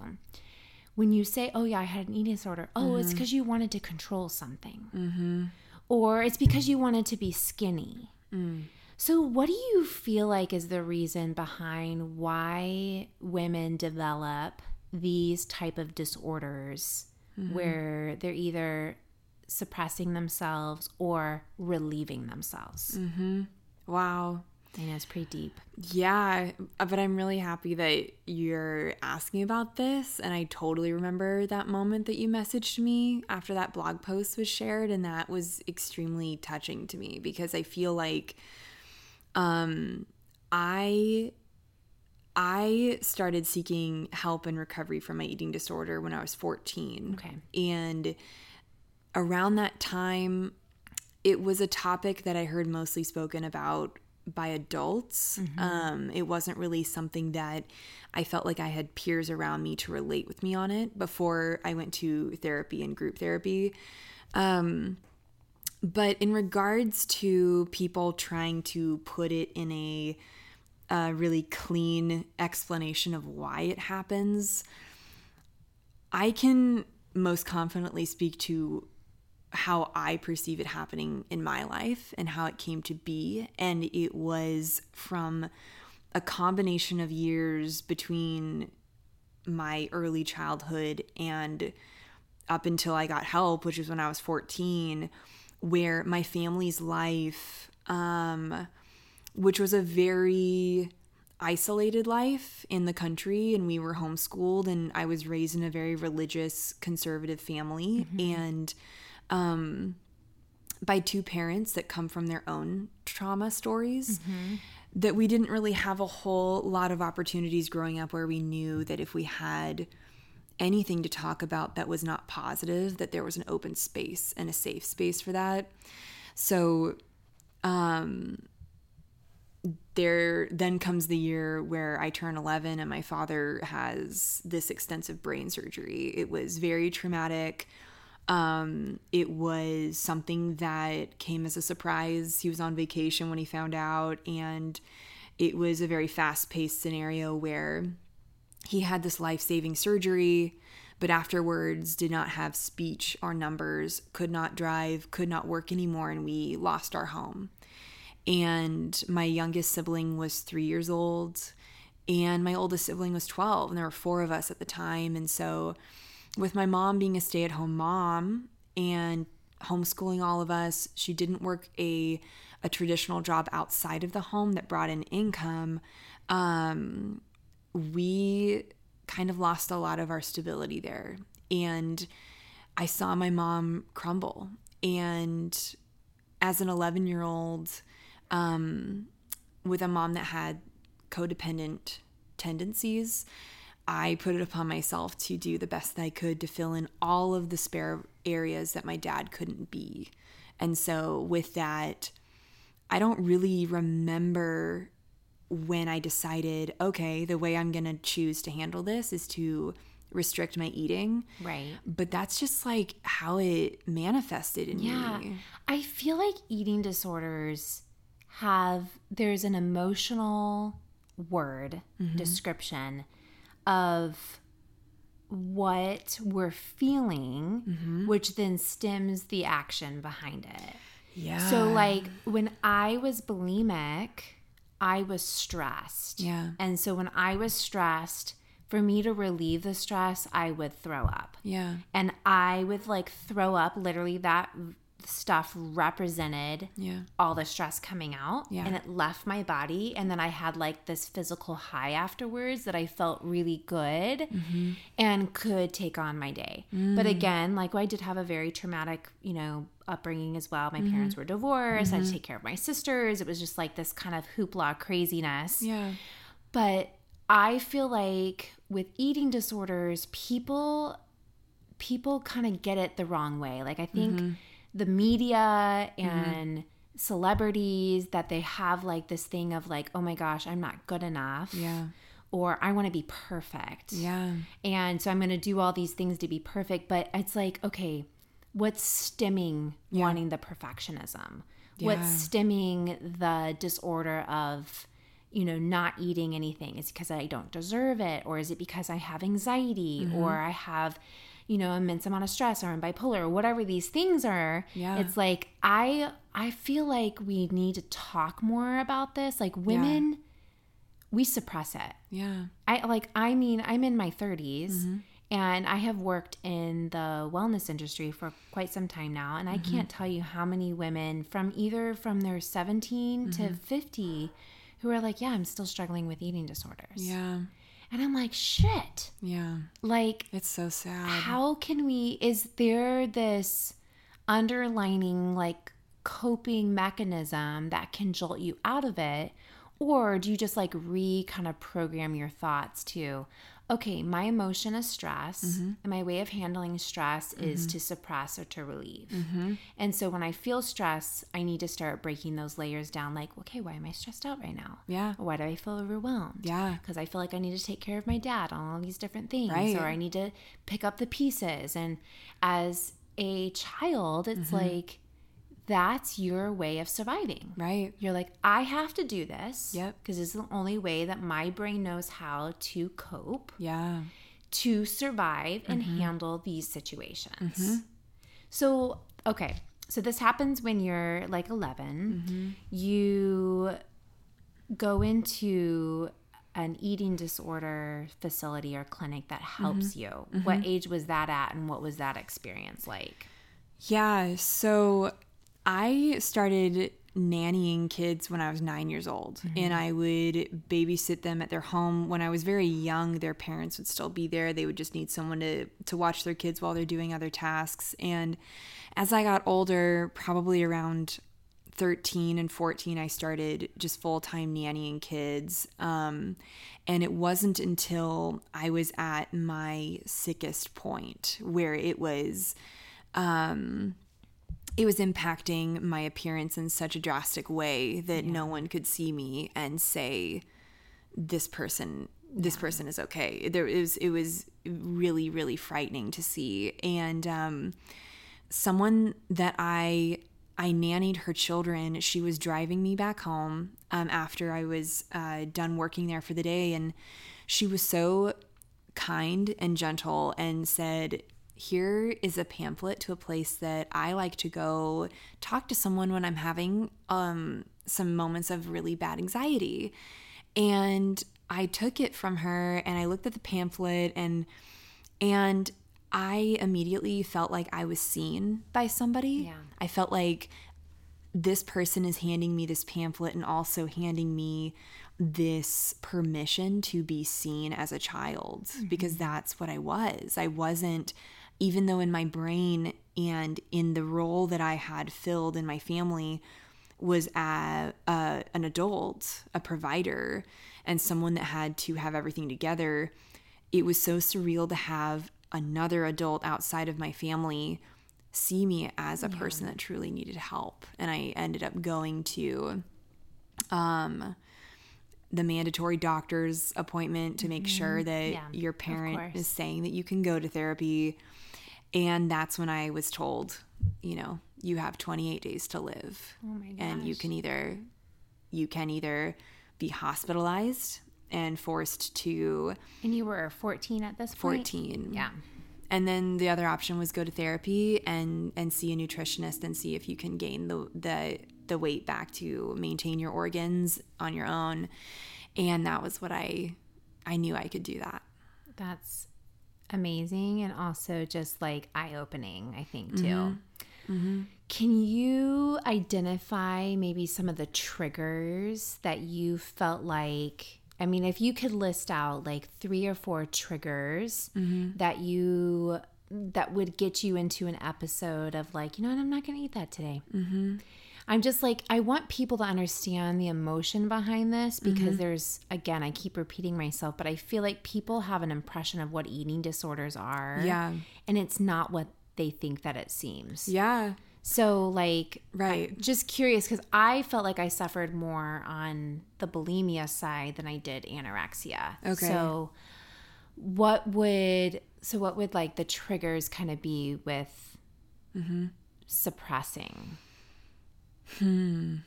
S1: when you say, Oh, yeah, I had an eating disorder, oh, it's because you wanted to control something, or it's because you wanted to be skinny. So, what do you feel like is the reason behind why women develop these type of disorders where they're either suppressing themselves or relieving themselves?
S2: Wow.
S1: I know it's pretty deep.
S2: Yeah, but I'm really happy that you're asking about this. And I totally remember that moment that you messaged me after that blog post was shared. And that was extremely touching to me because I feel like um, I I started seeking help and recovery from my eating disorder when I was 14.
S1: Okay.
S2: And around that time, it was a topic that I heard mostly spoken about by adults. Um, it wasn't really something that I felt like I had peers around me to relate with me on it before I went to therapy and group therapy. Um, but in regards to people trying to put it in a a really clean explanation of why it happens, I can most confidently speak to how I perceive it happening in my life and how it came to be. And it was from a combination of years between my early childhood and up until I got help, which is when I was 14, where my family's life, um, which was a very isolated life in the country and we were homeschooled and I was raised in a very religious conservative family and um by two parents that come from their own trauma stories that we didn't really have a whole lot of opportunities growing up where we knew that if we had anything to talk about that was not positive that there was an open space and a safe space for that so um, there then comes the year where I turn 11 and my father has this extensive brain surgery. It was very traumatic. Um, it was something that came as a surprise. He was on vacation when he found out, and it was a very fast paced scenario where he had this life saving surgery, but afterwards did not have speech or numbers, could not drive, could not work anymore, and we lost our home and my youngest sibling was three years old and my oldest sibling was 12 and there were four of us at the time and so with my mom being a stay-at-home mom and homeschooling all of us she didn't work a a traditional job outside of the home that brought in income um, we kind of lost a lot of our stability there and i saw my mom crumble and as an 11 year old with a mom that had codependent tendencies, I put it upon myself to do the best that I could to fill in all of the spare areas that my dad couldn't be. And so, with that, I don't really remember when I decided, okay, the way I'm going to choose to handle this is to restrict my eating.
S1: Right.
S2: But that's just like how it manifested in
S1: Yeah.
S2: me.
S1: I feel like eating disorders have there's an emotional word description of what we're feeling, which then stems the action behind it.
S2: Yeah.
S1: So, like when I was bulimic, I was stressed.
S2: Yeah.
S1: And so, when I was stressed, for me to relieve the stress, I would throw up
S2: yeah.
S1: and I would like throw up literally that stuff represented
S2: Yeah.
S1: all the stress coming out
S2: Yeah.
S1: and it left my body and then I had like this physical high afterwards that I felt really good
S2: Mm-hmm.
S1: and could take on my day.
S2: Mm.
S1: But again, like well, I did have a very traumatic, you know, upbringing as well. My
S2: Mm-hmm.
S1: parents were divorced. I had to take care of my sisters. It was just like this kind of hoopla craziness.
S2: Yeah.
S1: But I feel like with eating disorders, people people kind of get it the wrong way. Like I think
S2: Mm-hmm.
S1: the media and celebrities that they have like this thing of like, "Oh my gosh, I'm not good enough."
S2: Yeah.
S1: Or I want to be perfect.
S2: Yeah.
S1: And so I'm going to do all these things to be perfect, but it's like, okay, what's stemming wanting the perfectionism? What's
S2: Yeah.
S1: stemming the disorder of, you know, not eating anything? Is it because I don't deserve it? Or is it because I have anxiety
S2: Mm-hmm.
S1: or I have, you know, immense amount of stress or I'm bipolar or whatever these things are?
S2: Yeah.
S1: It's like I I feel like we need to talk more about this. Like women, we suppress it.
S2: Yeah.
S1: I like I mean I'm in my 30s and I have worked in the wellness industry for quite some time now and I can't tell you how many women from either from their 17 to 50 who are like yeah I'm still struggling with eating disorders.
S2: Yeah.
S1: And I'm like shit.
S2: Yeah.
S1: Like
S2: It's so sad.
S1: how can we is there this underlining like coping mechanism that can jolt you out of it? Or do you just like re kind of program your thoughts to, okay, my emotion is stress, and my way of handling stress is to suppress or to relieve. And so when I feel stress, I need to start breaking those layers down like, okay, why am I stressed out right now?
S2: Yeah.
S1: Why do I feel overwhelmed?
S2: Yeah.
S1: Because I feel like I need to take care of my dad on all these different things,
S2: Right.
S1: or I need to pick up the pieces. And as a child, it's
S2: Mm-hmm.
S1: like, that's your way of surviving.
S2: Right.
S1: You're like, I have to do this.
S2: Yep.
S1: Because it's the only way that my brain knows how to cope,
S2: Yeah.
S1: to survive, and handle these situations. So, okay. So this happens when you're like 11. You go into an eating disorder facility or clinic that helps you. What age was that at and what was that experience like?
S2: Yeah. So I started nannying kids when I was nine years old, and I would babysit them at their home. When I was very young, their parents would still be there. They would just need someone to, to watch their kids while they're doing other tasks. And as I got older, probably around 13 and 14 i started just full-time nannying kids um, and it wasn't until i was at my sickest point where it was it was impacting my appearance in such a drastic way that no one could see me and say this person this person is okay there it was it was really really frightening to see and um someone that I I nannied her children. She was driving me back home um, after I was uh, done working there for the day, and she was so kind and gentle and said, "Here is a pamphlet to a place that I like to go talk to someone when I'm having um, some moments of really bad anxiety." And I took it from her, and I looked at the pamphlet and and I immediately felt like I was seen by somebody.
S1: Yeah.
S2: I felt like this person is handing me this pamphlet and also handing me this permission to be seen as a child because that's what I was. I wasn't, even though in my brain and in the role that I had filled in my family was a, a, an adult, a provider, and someone that had to have everything together. It was so surreal to have another adult outside of my family see me as a person that truly needed help. And I ended up going to um, the mandatory doctor's appointment to make sure that
S1: Mm-hmm. Yeah,
S2: your
S1: of
S2: parent
S1: course.
S2: is saying that you can go to therapy. And that's when I was told, you know, you have 28 days to live.
S1: Oh my
S2: and you
S1: gosh.
S2: can either you can either be hospitalized and forced to
S1: And you were 14 at this point?
S2: 14
S1: Yeah.
S2: and then the other option was go to therapy and and see a nutritionist and see if you can gain the the the weight back to maintain your organs on your own and that was what i i knew i could do that
S1: That's amazing and also just like eye opening, I think, too. Can you identify maybe some of the triggers that you felt like? I mean, if you could list out like three or four triggers that you that would get you into an episode of like, you know what, I'm not going to eat that today. I'm just like, I want people to understand the emotion behind this because there's, again, I keep repeating myself, but I feel like people have an impression of what eating disorders are.
S2: Yeah.
S1: And it's not what they think that it seems.
S2: yeah
S1: So, like,
S2: right
S1: just curious because I felt like I suffered more on the bulimia side than I did anorexia.
S2: Okay.
S1: So, what would, so what would like the triggers kind of be with suppressing? Hmm.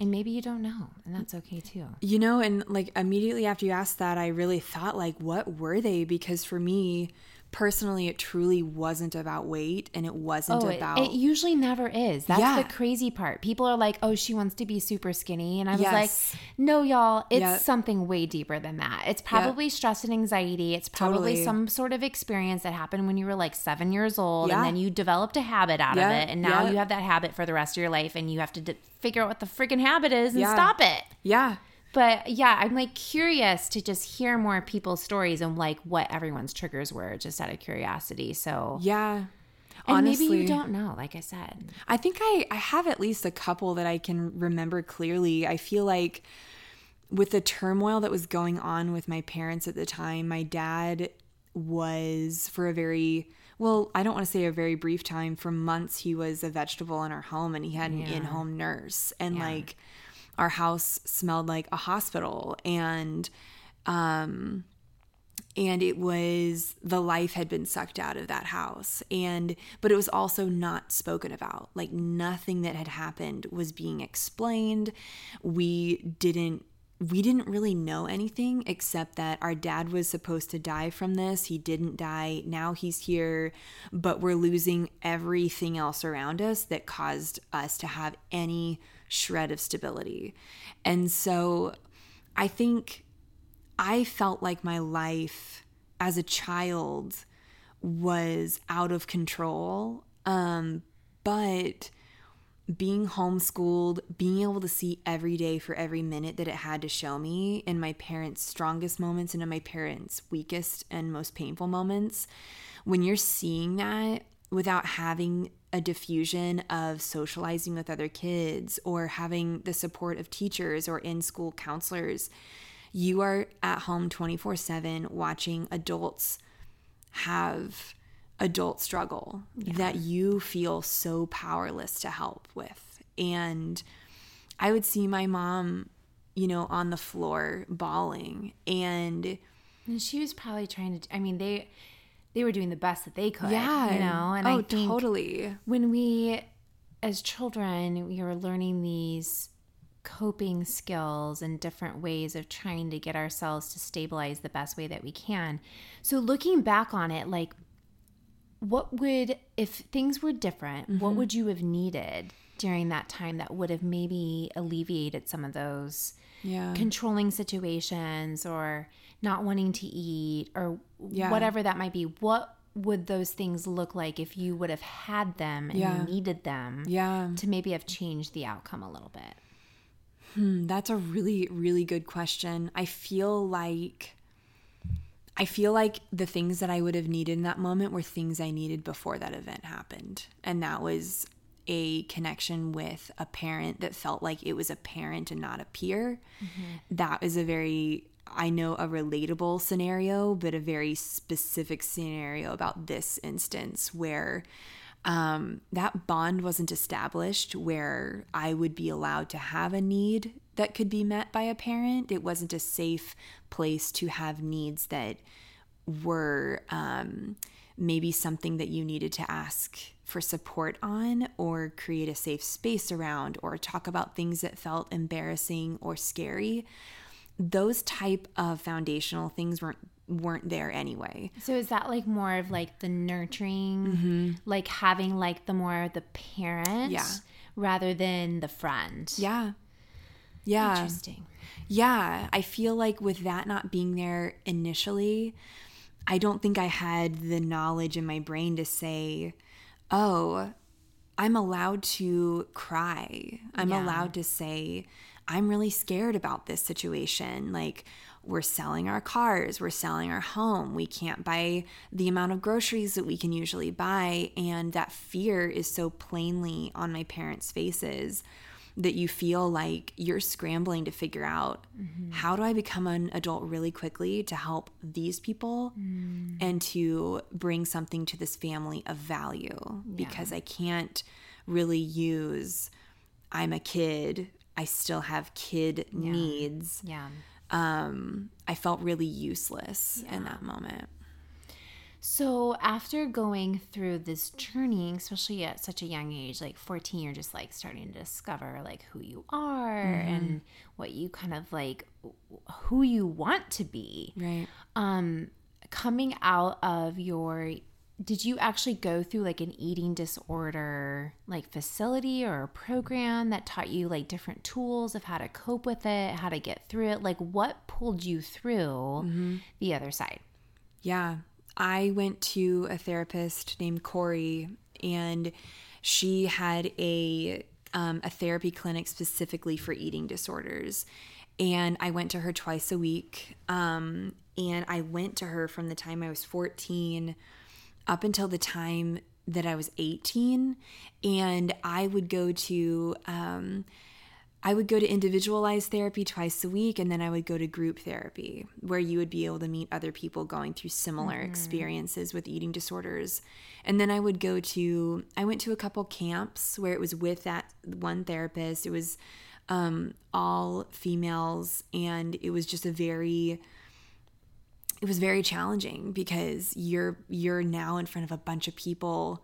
S1: And maybe you don't know, and that's okay too.
S2: You know, and like immediately after you asked that, I really thought like what were they? Because for me personally, it truly wasn't about weight and it wasn't
S1: Oh, it,
S2: about
S1: it usually never is. That's
S2: Yeah.
S1: the crazy part. People are like, "Oh, she wants to be super skinny," and I was
S2: Yes.
S1: like, "No, y'all, it's
S2: Yep.
S1: something way deeper than that. It's probably stress and anxiety. It's probably
S2: Totally.
S1: some sort of experience that happened when you were like seven years old,
S2: Yeah.
S1: and then you developed a habit out
S2: Yeah,
S1: of it, and now
S2: yeah.
S1: you have that habit for the rest of your life, and you have to d- figure out what the freaking habit is and
S2: Yeah.
S1: stop it."
S2: Yeah.
S1: But yeah, I'm like curious to just hear more people's stories and like what everyone's triggers were, just out of curiosity. So
S2: Yeah.
S1: And
S2: honestly
S1: maybe you don't know, like I said.
S2: I think I, I have at least a couple that I can remember clearly. I feel like with the turmoil that was going on with my parents at the time, my dad was for a very well, I don't want to say a very brief time, for months he was a vegetable in our home and he had an in home nurse. And like our house smelled like a hospital and and it was the life had been sucked out of that house and but it was also not spoken about like nothing that had happened was being explained we didn't we didn't really know anything except that our dad was supposed to die from this. He didn't die. Now he's here, but we're losing everything else around us that caused us to have any shred of stability. And so I think I felt like my life as a child was out of control. Um, but being homeschooled, being able to see every day for every minute that it had to show me in my parents' strongest moments and in my parents' weakest and most painful moments, when you're seeing that without having a diffusion of socializing with other kids or having the support of teachers or in school counselors, you are at home 24 7 watching adults have adult struggle that you feel so powerless to help with. And I would see my mom, you know, on the floor bawling. And
S1: And she was probably trying to I mean, they they were doing the best that they could.
S2: yeah,
S1: You know, and
S2: oh,
S1: I think
S2: totally.
S1: when we as children we were learning these coping skills and different ways of trying to get ourselves to stabilize the best way that we can so looking back on it like what would if things were different
S2: Mm-hmm.
S1: what would you have needed during that time that would have maybe alleviated some of those
S2: Yeah.
S1: controlling situations or not wanting to eat or
S2: Yeah.
S1: whatever that might be what would those things look like if you would have had them and
S2: Yeah.
S1: you needed them
S2: yeah.
S1: to maybe have changed the outcome a little bit
S2: Mm, That's a really, really good question. I feel like I feel like the things that I would have needed in that moment were things I needed before that event happened. And that was a connection with a parent that felt like it was a parent and not a peer. That is a very I know a relatable scenario, but a very specific scenario about this instance where um, that bond wasn't established where I would be allowed to have a need that could be met by a parent. It wasn't a safe place to have needs that were um, maybe something that you needed to ask for support on or create a safe space around or talk about things that felt embarrassing or scary. Those type of foundational things weren't weren't there anyway.
S1: so is that like more of like the nurturing like having like the more the parent
S2: Mm-hmm. Yeah.
S1: rather than the friend
S2: Yeah. Yeah.
S1: interesting
S2: Yeah, I feel like with that not being there initially, I don't think I had the knowledge in my brain to say, oh, I'm allowed to cry. I'm allowed to say, I'm really scared about this situation. Like, we're selling our cars, we're selling our home, we can't buy the amount of groceries that we can usually buy. And that fear is so plainly on my parents' faces that you feel like you're scrambling to figure out how do I become an adult really quickly to help these people and to bring something to this family of value because I can't really use I'm a kid, I still have kid needs.
S1: yeah
S2: Um I felt really useless in that moment.
S1: So after going through this journey, especially at such a young age, like 14, you're just like starting to discover like who you are and what you kind of like who you want to be.
S2: Right.
S1: Um coming out of your did you actually go through like an eating disorder like facility or a program that taught you like different tools of how to cope with it, how to get through it? Like what pulled you through the other side?
S2: Yeah. I went to a therapist named Corey, and she had a um, a therapy clinic specifically for eating disorders. And I went to her twice a week. Um, and I went to her from the time I was 14 up until the time that I was 18, and I would go to um, I would go to individualized therapy twice a week, and then I would go to group therapy where you would be able to meet other people going through similar experiences with eating disorders. And then I would go to I went to a couple camps where it was with that one therapist. It was um, all females, and it was just a very it was very challenging because you're you're now in front of a bunch of people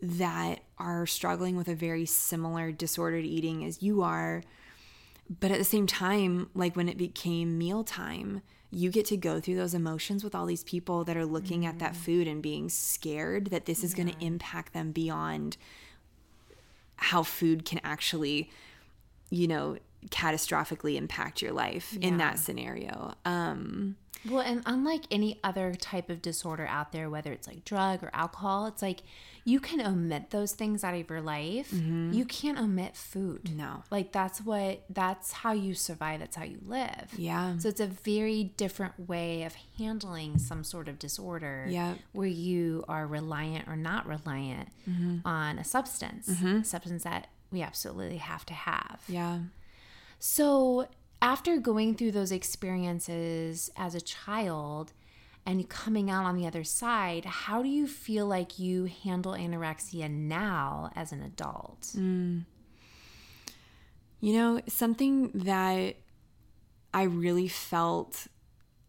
S2: that are struggling with a very similar disordered eating as you are but at the same time like when it became mealtime you get to go through those emotions with all these people that are looking at that food and being scared that this is going to impact them beyond how food can actually you know catastrophically impact your life in that scenario um
S1: Well, and unlike any other type of disorder out there, whether it's like drug or alcohol, it's like you can omit those things out of your life. You can't omit food.
S2: Mm-hmm. no
S1: Like that's what that's how you survive, that's how you live.
S2: yeah
S1: So it's a very different way of handling some sort of disorder
S2: Yep.
S1: where you are reliant or not reliant
S2: Mm-hmm.
S1: on a substance, a substance that we absolutely have to have.
S2: yeah
S1: So, after going through those experiences as a child and coming out on the other side, how do you feel like you handle anorexia now as an adult?
S2: You know, something that I really felt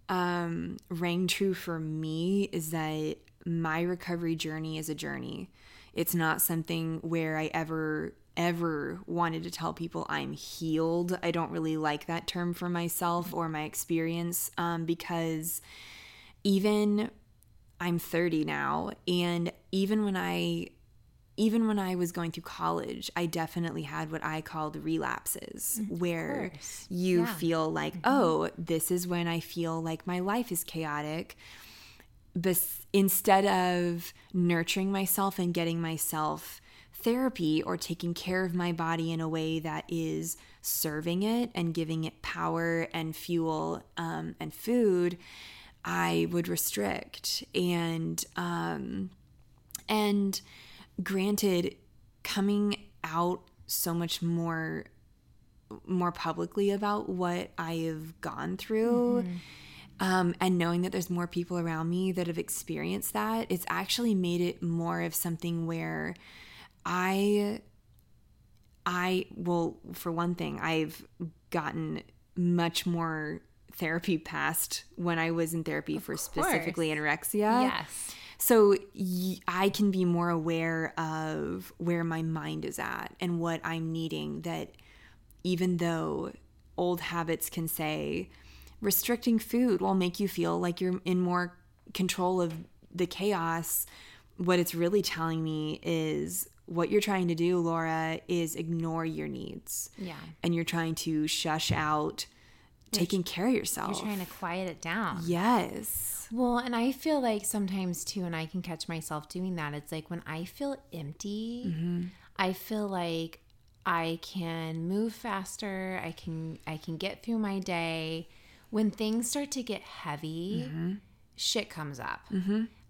S2: um, rang true for me is that my recovery journey is a journey. It's not something where I ever, ever wanted to tell people I'm healed. I don't really like that term for myself or my experience um, because even I'm 30 now, and even when I even when I was going through college, I definitely had what I called relapses, where
S1: course.
S2: you feel like, oh, this is when I feel like my life is chaotic. Bes- instead of nurturing myself and getting myself therapy or taking care of my body in a way that is serving it and giving it power and fuel um, and food, I would restrict and um, and granted, coming out so much more more publicly about what I have gone through. Um, and knowing that there's more people around me that have experienced that, it's actually made it more of something where I I well, for one thing, I've gotten much more therapy past when I was in therapy for specifically anorexia.
S1: Yes.
S2: So y- I can be more aware of where my mind is at and what I'm needing. That even though old habits can say restricting food will make you feel like you're in more control of the chaos, what it's really telling me is what you're trying to do, Laura, is ignore your needs.
S1: Yeah.
S2: And you're trying to shush out taking care of yourself.
S1: Trying to quiet it down.
S2: yes.
S1: Well, and I feel like sometimes too, and I can catch myself doing that. It's like when I feel empty,
S2: Mm-hmm.
S1: I feel like I can move faster. I can I can get through my day. When things start to get heavy,
S2: Mm-hmm.
S1: shit comes up.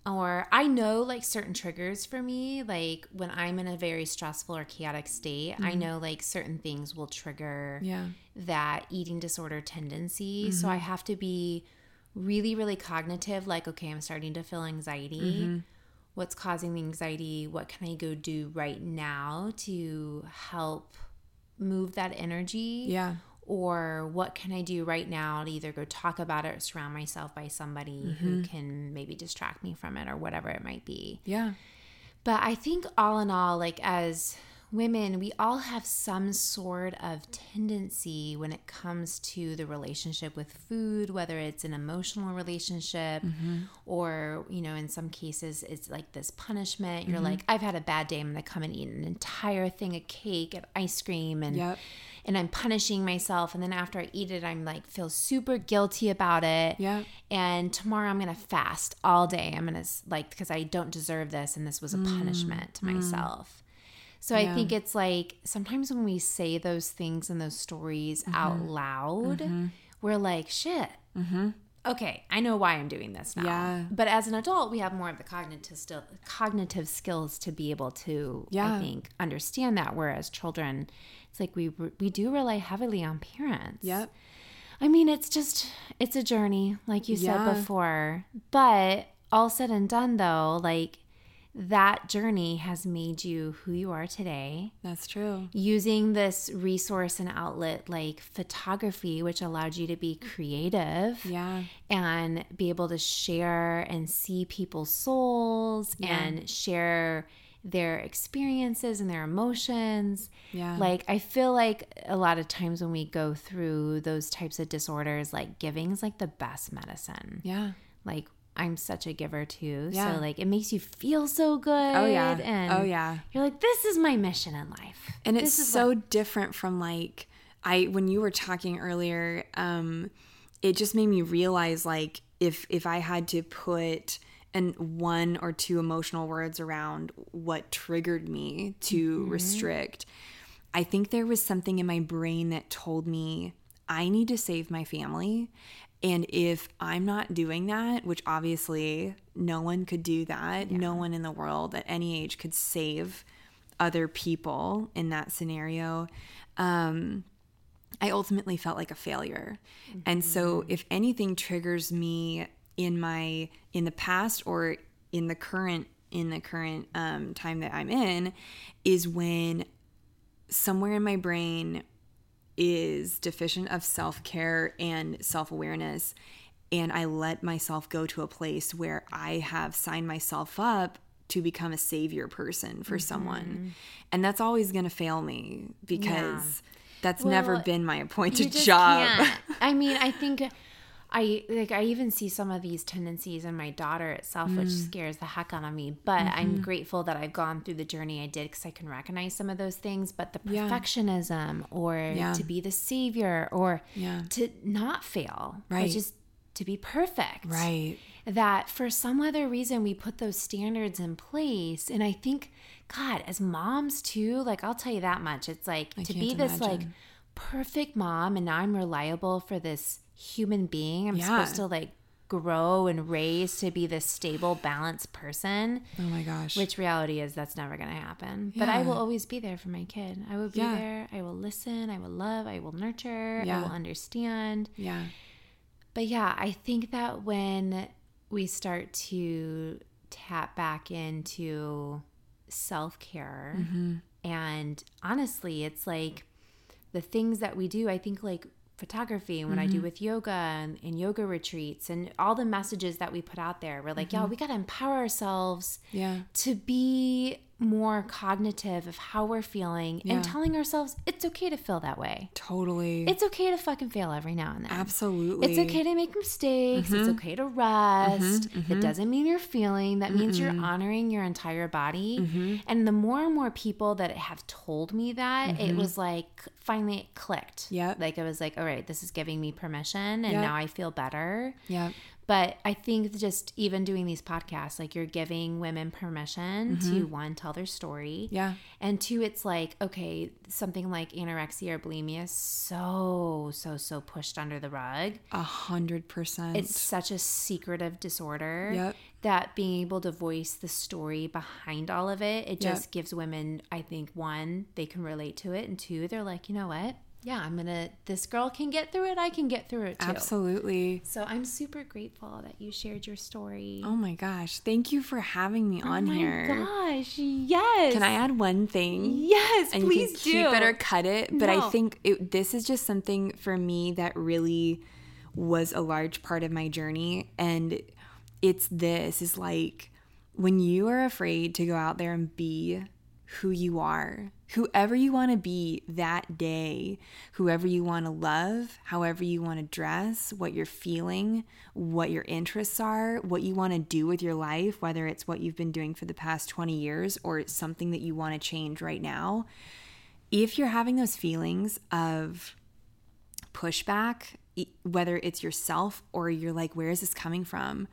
S1: Or I know like certain triggers for me, like when I'm in a very stressful or chaotic state, I know like certain things will trigger
S2: Mm-hmm. Yeah.
S1: that eating disorder tendency. So I have to be really, really cognitive like, okay, I'm starting to feel anxiety. What's causing the anxiety? What can I go do right now to help move that energy?
S2: Yeah.
S1: Or what can I do right now to either go talk about it or surround myself by somebody who can maybe distract me from it or whatever it might be?
S2: Yeah.
S1: But I think all in all, like as women, we all have some sort of tendency when it comes to the relationship with food, whether it's an emotional relationship
S2: Mm-hmm.
S1: or, you know, in some cases it's like this punishment.
S2: Mm-hmm.
S1: You're like, I've had a bad day, I'm gonna come and eat an entire thing of cake and ice cream and
S2: Yep.
S1: and I'm punishing myself and then after I eat it I'm like feel super guilty about it
S2: Yeah.
S1: and tomorrow I'm gonna fast all day. I'm gonna s- like because I don't deserve this, and this was a
S2: Mm,
S1: punishment to myself. So I think it's like sometimes when we say
S2: Mm-hmm.
S1: those things and those stories out loud, we're like, shit, okay, I know why I'm doing this now.
S2: Mm-hmm. Yeah.
S1: But as an adult, we have more of the cognitive still cognitive skills to be able to, I
S2: Yeah.
S1: think, understand that. Whereas children, it's like we re- we do rely heavily on parents.
S2: Yep.
S1: I mean, it's just it's a journey, like you
S2: Yeah.
S1: said before. But all said and done, though, like that journey has made you who you are today
S2: That's true.
S1: using this resource and outlet like photography, which allowed you to be creative
S2: Yeah.
S1: and be able to share and see people's souls and share their experiences and their emotions.
S2: Yeah.
S1: Like, I feel like a lot of times when we go through those types of disorders, like giving's like the best medicine
S2: Yeah.
S1: like I'm such a giver too.
S2: Yeah.
S1: So like it makes you feel so good. Oh
S2: yeah.
S1: And
S2: Oh, yeah.
S1: You're like, this is my mission in life.
S2: And it's so different from like I when you were talking earlier, um, it just made me realize like if if I had to put an one or two emotional words around what triggered me to restrict, I think there was something in my brain that told me I need to save my family. And if I'm not doing that, which obviously no one could do that, no one in the world at any age could save other people in that scenario. I ultimately felt like a failure. And so if anything triggers me in my in the past or in the current in the current um, time that I'm in is when somewhere in my brain is deficient of self-care and self-awareness and I let myself go to a place where I have signed myself up to become a savior person
S1: Mm-hmm.
S2: for someone. And that's always going to fail me because that's never
S1: Well,
S2: been my
S1: You
S2: appointed
S1: just
S2: job.
S1: can't. I mean, I think I like I even see some of these tendencies in my daughter itself, which
S2: Mm.
S1: scares the heck out of me. But
S2: Mm-hmm.
S1: I'm grateful that I've gone through the journey I did because I can recognize some of those things. But the
S2: Yeah.
S1: perfectionism, or
S2: Yeah.
S1: to be the savior, or
S2: Yeah.
S1: to not fail,
S2: Right.
S1: Just to be perfect,
S2: Right.
S1: that for some other reason we put those standards in place and i think god as moms too like i'll tell you that much it's like to be
S2: can't
S1: this like
S2: imagine.
S1: perfect mom and now i'm reliable for this human being i'm
S2: Yeah.
S1: supposed to like grow and raise to be this stable balanced person
S2: Oh my gosh.
S1: which reality is that's never going to happen but i
S2: Yeah.
S1: will always be there for my kid i will be
S2: Yeah.
S1: there i will listen i will love i will nurture i
S2: Yeah.
S1: will understand
S2: yeah.
S1: but yeah, I think that when we start to tap back into self care, and honestly, it's like the things that we do, I think like photography and what I do with yoga and, and yoga retreats and all the messages that we put out there, we're like, yeah, we got to empower ourselves
S2: Yeah.
S1: to be more cognitive of how we're feeling
S2: Yeah.
S1: and telling ourselves it's okay to feel that way.
S2: Totally.
S1: It's okay to fucking fail every now and then.
S2: Absolutely.
S1: It's okay to make mistakes. It's
S2: Mm-hmm.
S1: okay to rest. That doesn't mean you're feeling. That means you're honoring your entire body.
S2: Mm-hmm.
S1: And the more and more people that have told me that, it was like finally it clicked.
S2: Mm-hmm. Yep.
S1: Like I was like, all right, this is giving me permission, and
S2: Yep.
S1: now I feel better.
S2: Yeah.
S1: But I think just even doing these podcasts, like you're giving women permission
S2: Mm-hmm.
S1: to one, tell their story.
S2: Yeah.
S1: And two, it's like, okay, something like anorexia or bulimia is so, so, so pushed under the rug.
S2: A hundred percent.
S1: It's such a secretive disorder
S2: Yep.
S1: that being able to voice the story behind all of it, it
S2: Yep.
S1: just gives women, I think, one, they can relate to it. And two, they're like, you know what? Yeah, I'm going to, this girl can get through it. I can get through it too.
S2: Absolutely.
S1: So I'm super grateful that you shared your story.
S2: Oh my gosh. Thank you for having me on
S1: Oh my
S2: here.
S1: gosh. Yes.
S2: Can I add one thing?
S1: Yes,
S2: and
S1: please
S2: you can
S1: do.
S2: keep it or cut it. But I
S1: No.
S2: think it, this is just something for me that really was a large part of my journey, and it's this is like when you are afraid to go out there and be who you are, whoever you want to be that day, whoever you want to love, however you want to dress, what you're feeling, what your interests are, what you want to do with your life, whether it's what you've been doing for the past 20 years or it's something that you want to change right now if you're having those feelings of pushback, e- whether it's yourself or you're like, where is this coming from?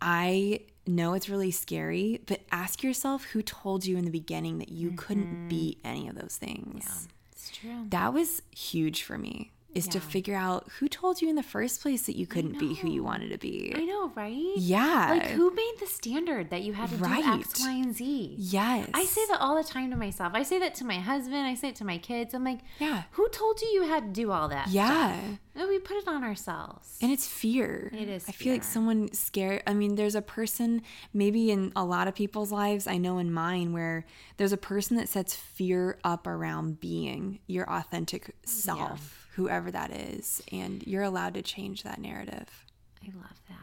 S2: I know it's really scary, but ask yourself who told you in the beginning
S1: Mm-hmm.
S2: that you couldn't be any of those things.
S1: It's true.
S2: That was huge for me. is to figure out who told you in the first place that you couldn't be who you wanted to be.
S1: I know, right?
S2: Yeah.
S1: Like, who made the standard that you had to
S2: Right.
S1: do X, Y, and Z?
S2: Yes.
S1: I say that all the time to myself. I say that to my husband. I say it to my kids. I'm like,
S2: Yeah.
S1: Who told you you had to do all that?
S2: Yeah.
S1: No, we put it on ourselves.
S2: And it's fear.
S1: It is
S2: I feel like
S1: fear.
S2: someone scared. I mean, there's a person, maybe in a lot of people's lives, I know in mine, where there's a person that sets fear up around being your authentic self, whoever that is. And you're allowed to change that narrative.
S1: I love that.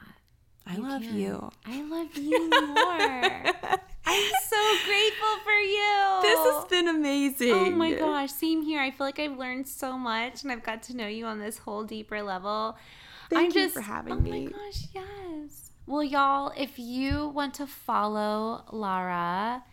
S2: I love
S1: can.
S2: you.
S1: I love you more. I'm so grateful for you.
S2: This has been amazing.
S1: Oh my gosh, same here. I feel like I've learned so much and I've got to know you on this whole deeper level.
S2: Thank
S1: I
S2: you
S1: just,
S2: for having
S1: oh
S2: me.
S1: my gosh, yes. Well, y'all, if you want to follow Lara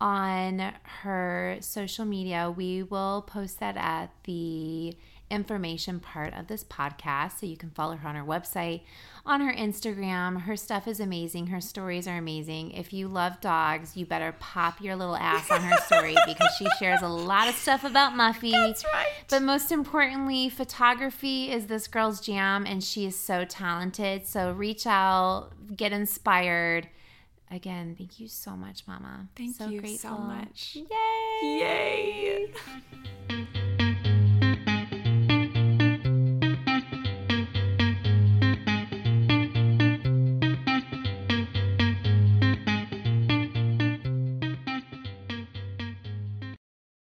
S1: on her social media, we will post that at the information part of this podcast. So you can follow her on her website, on her Instagram. Her stuff is amazing. Her stories are amazing. If you love dogs, you better pop your little ass on her story because she shares a lot of stuff about Muffy. That's
S2: right.
S1: But most importantly, photography is this girl's jam and she is so talented. So reach out, get inspired. Again, thank you so much, Mama.
S2: Thank you so much.
S1: Yay!
S2: Yay.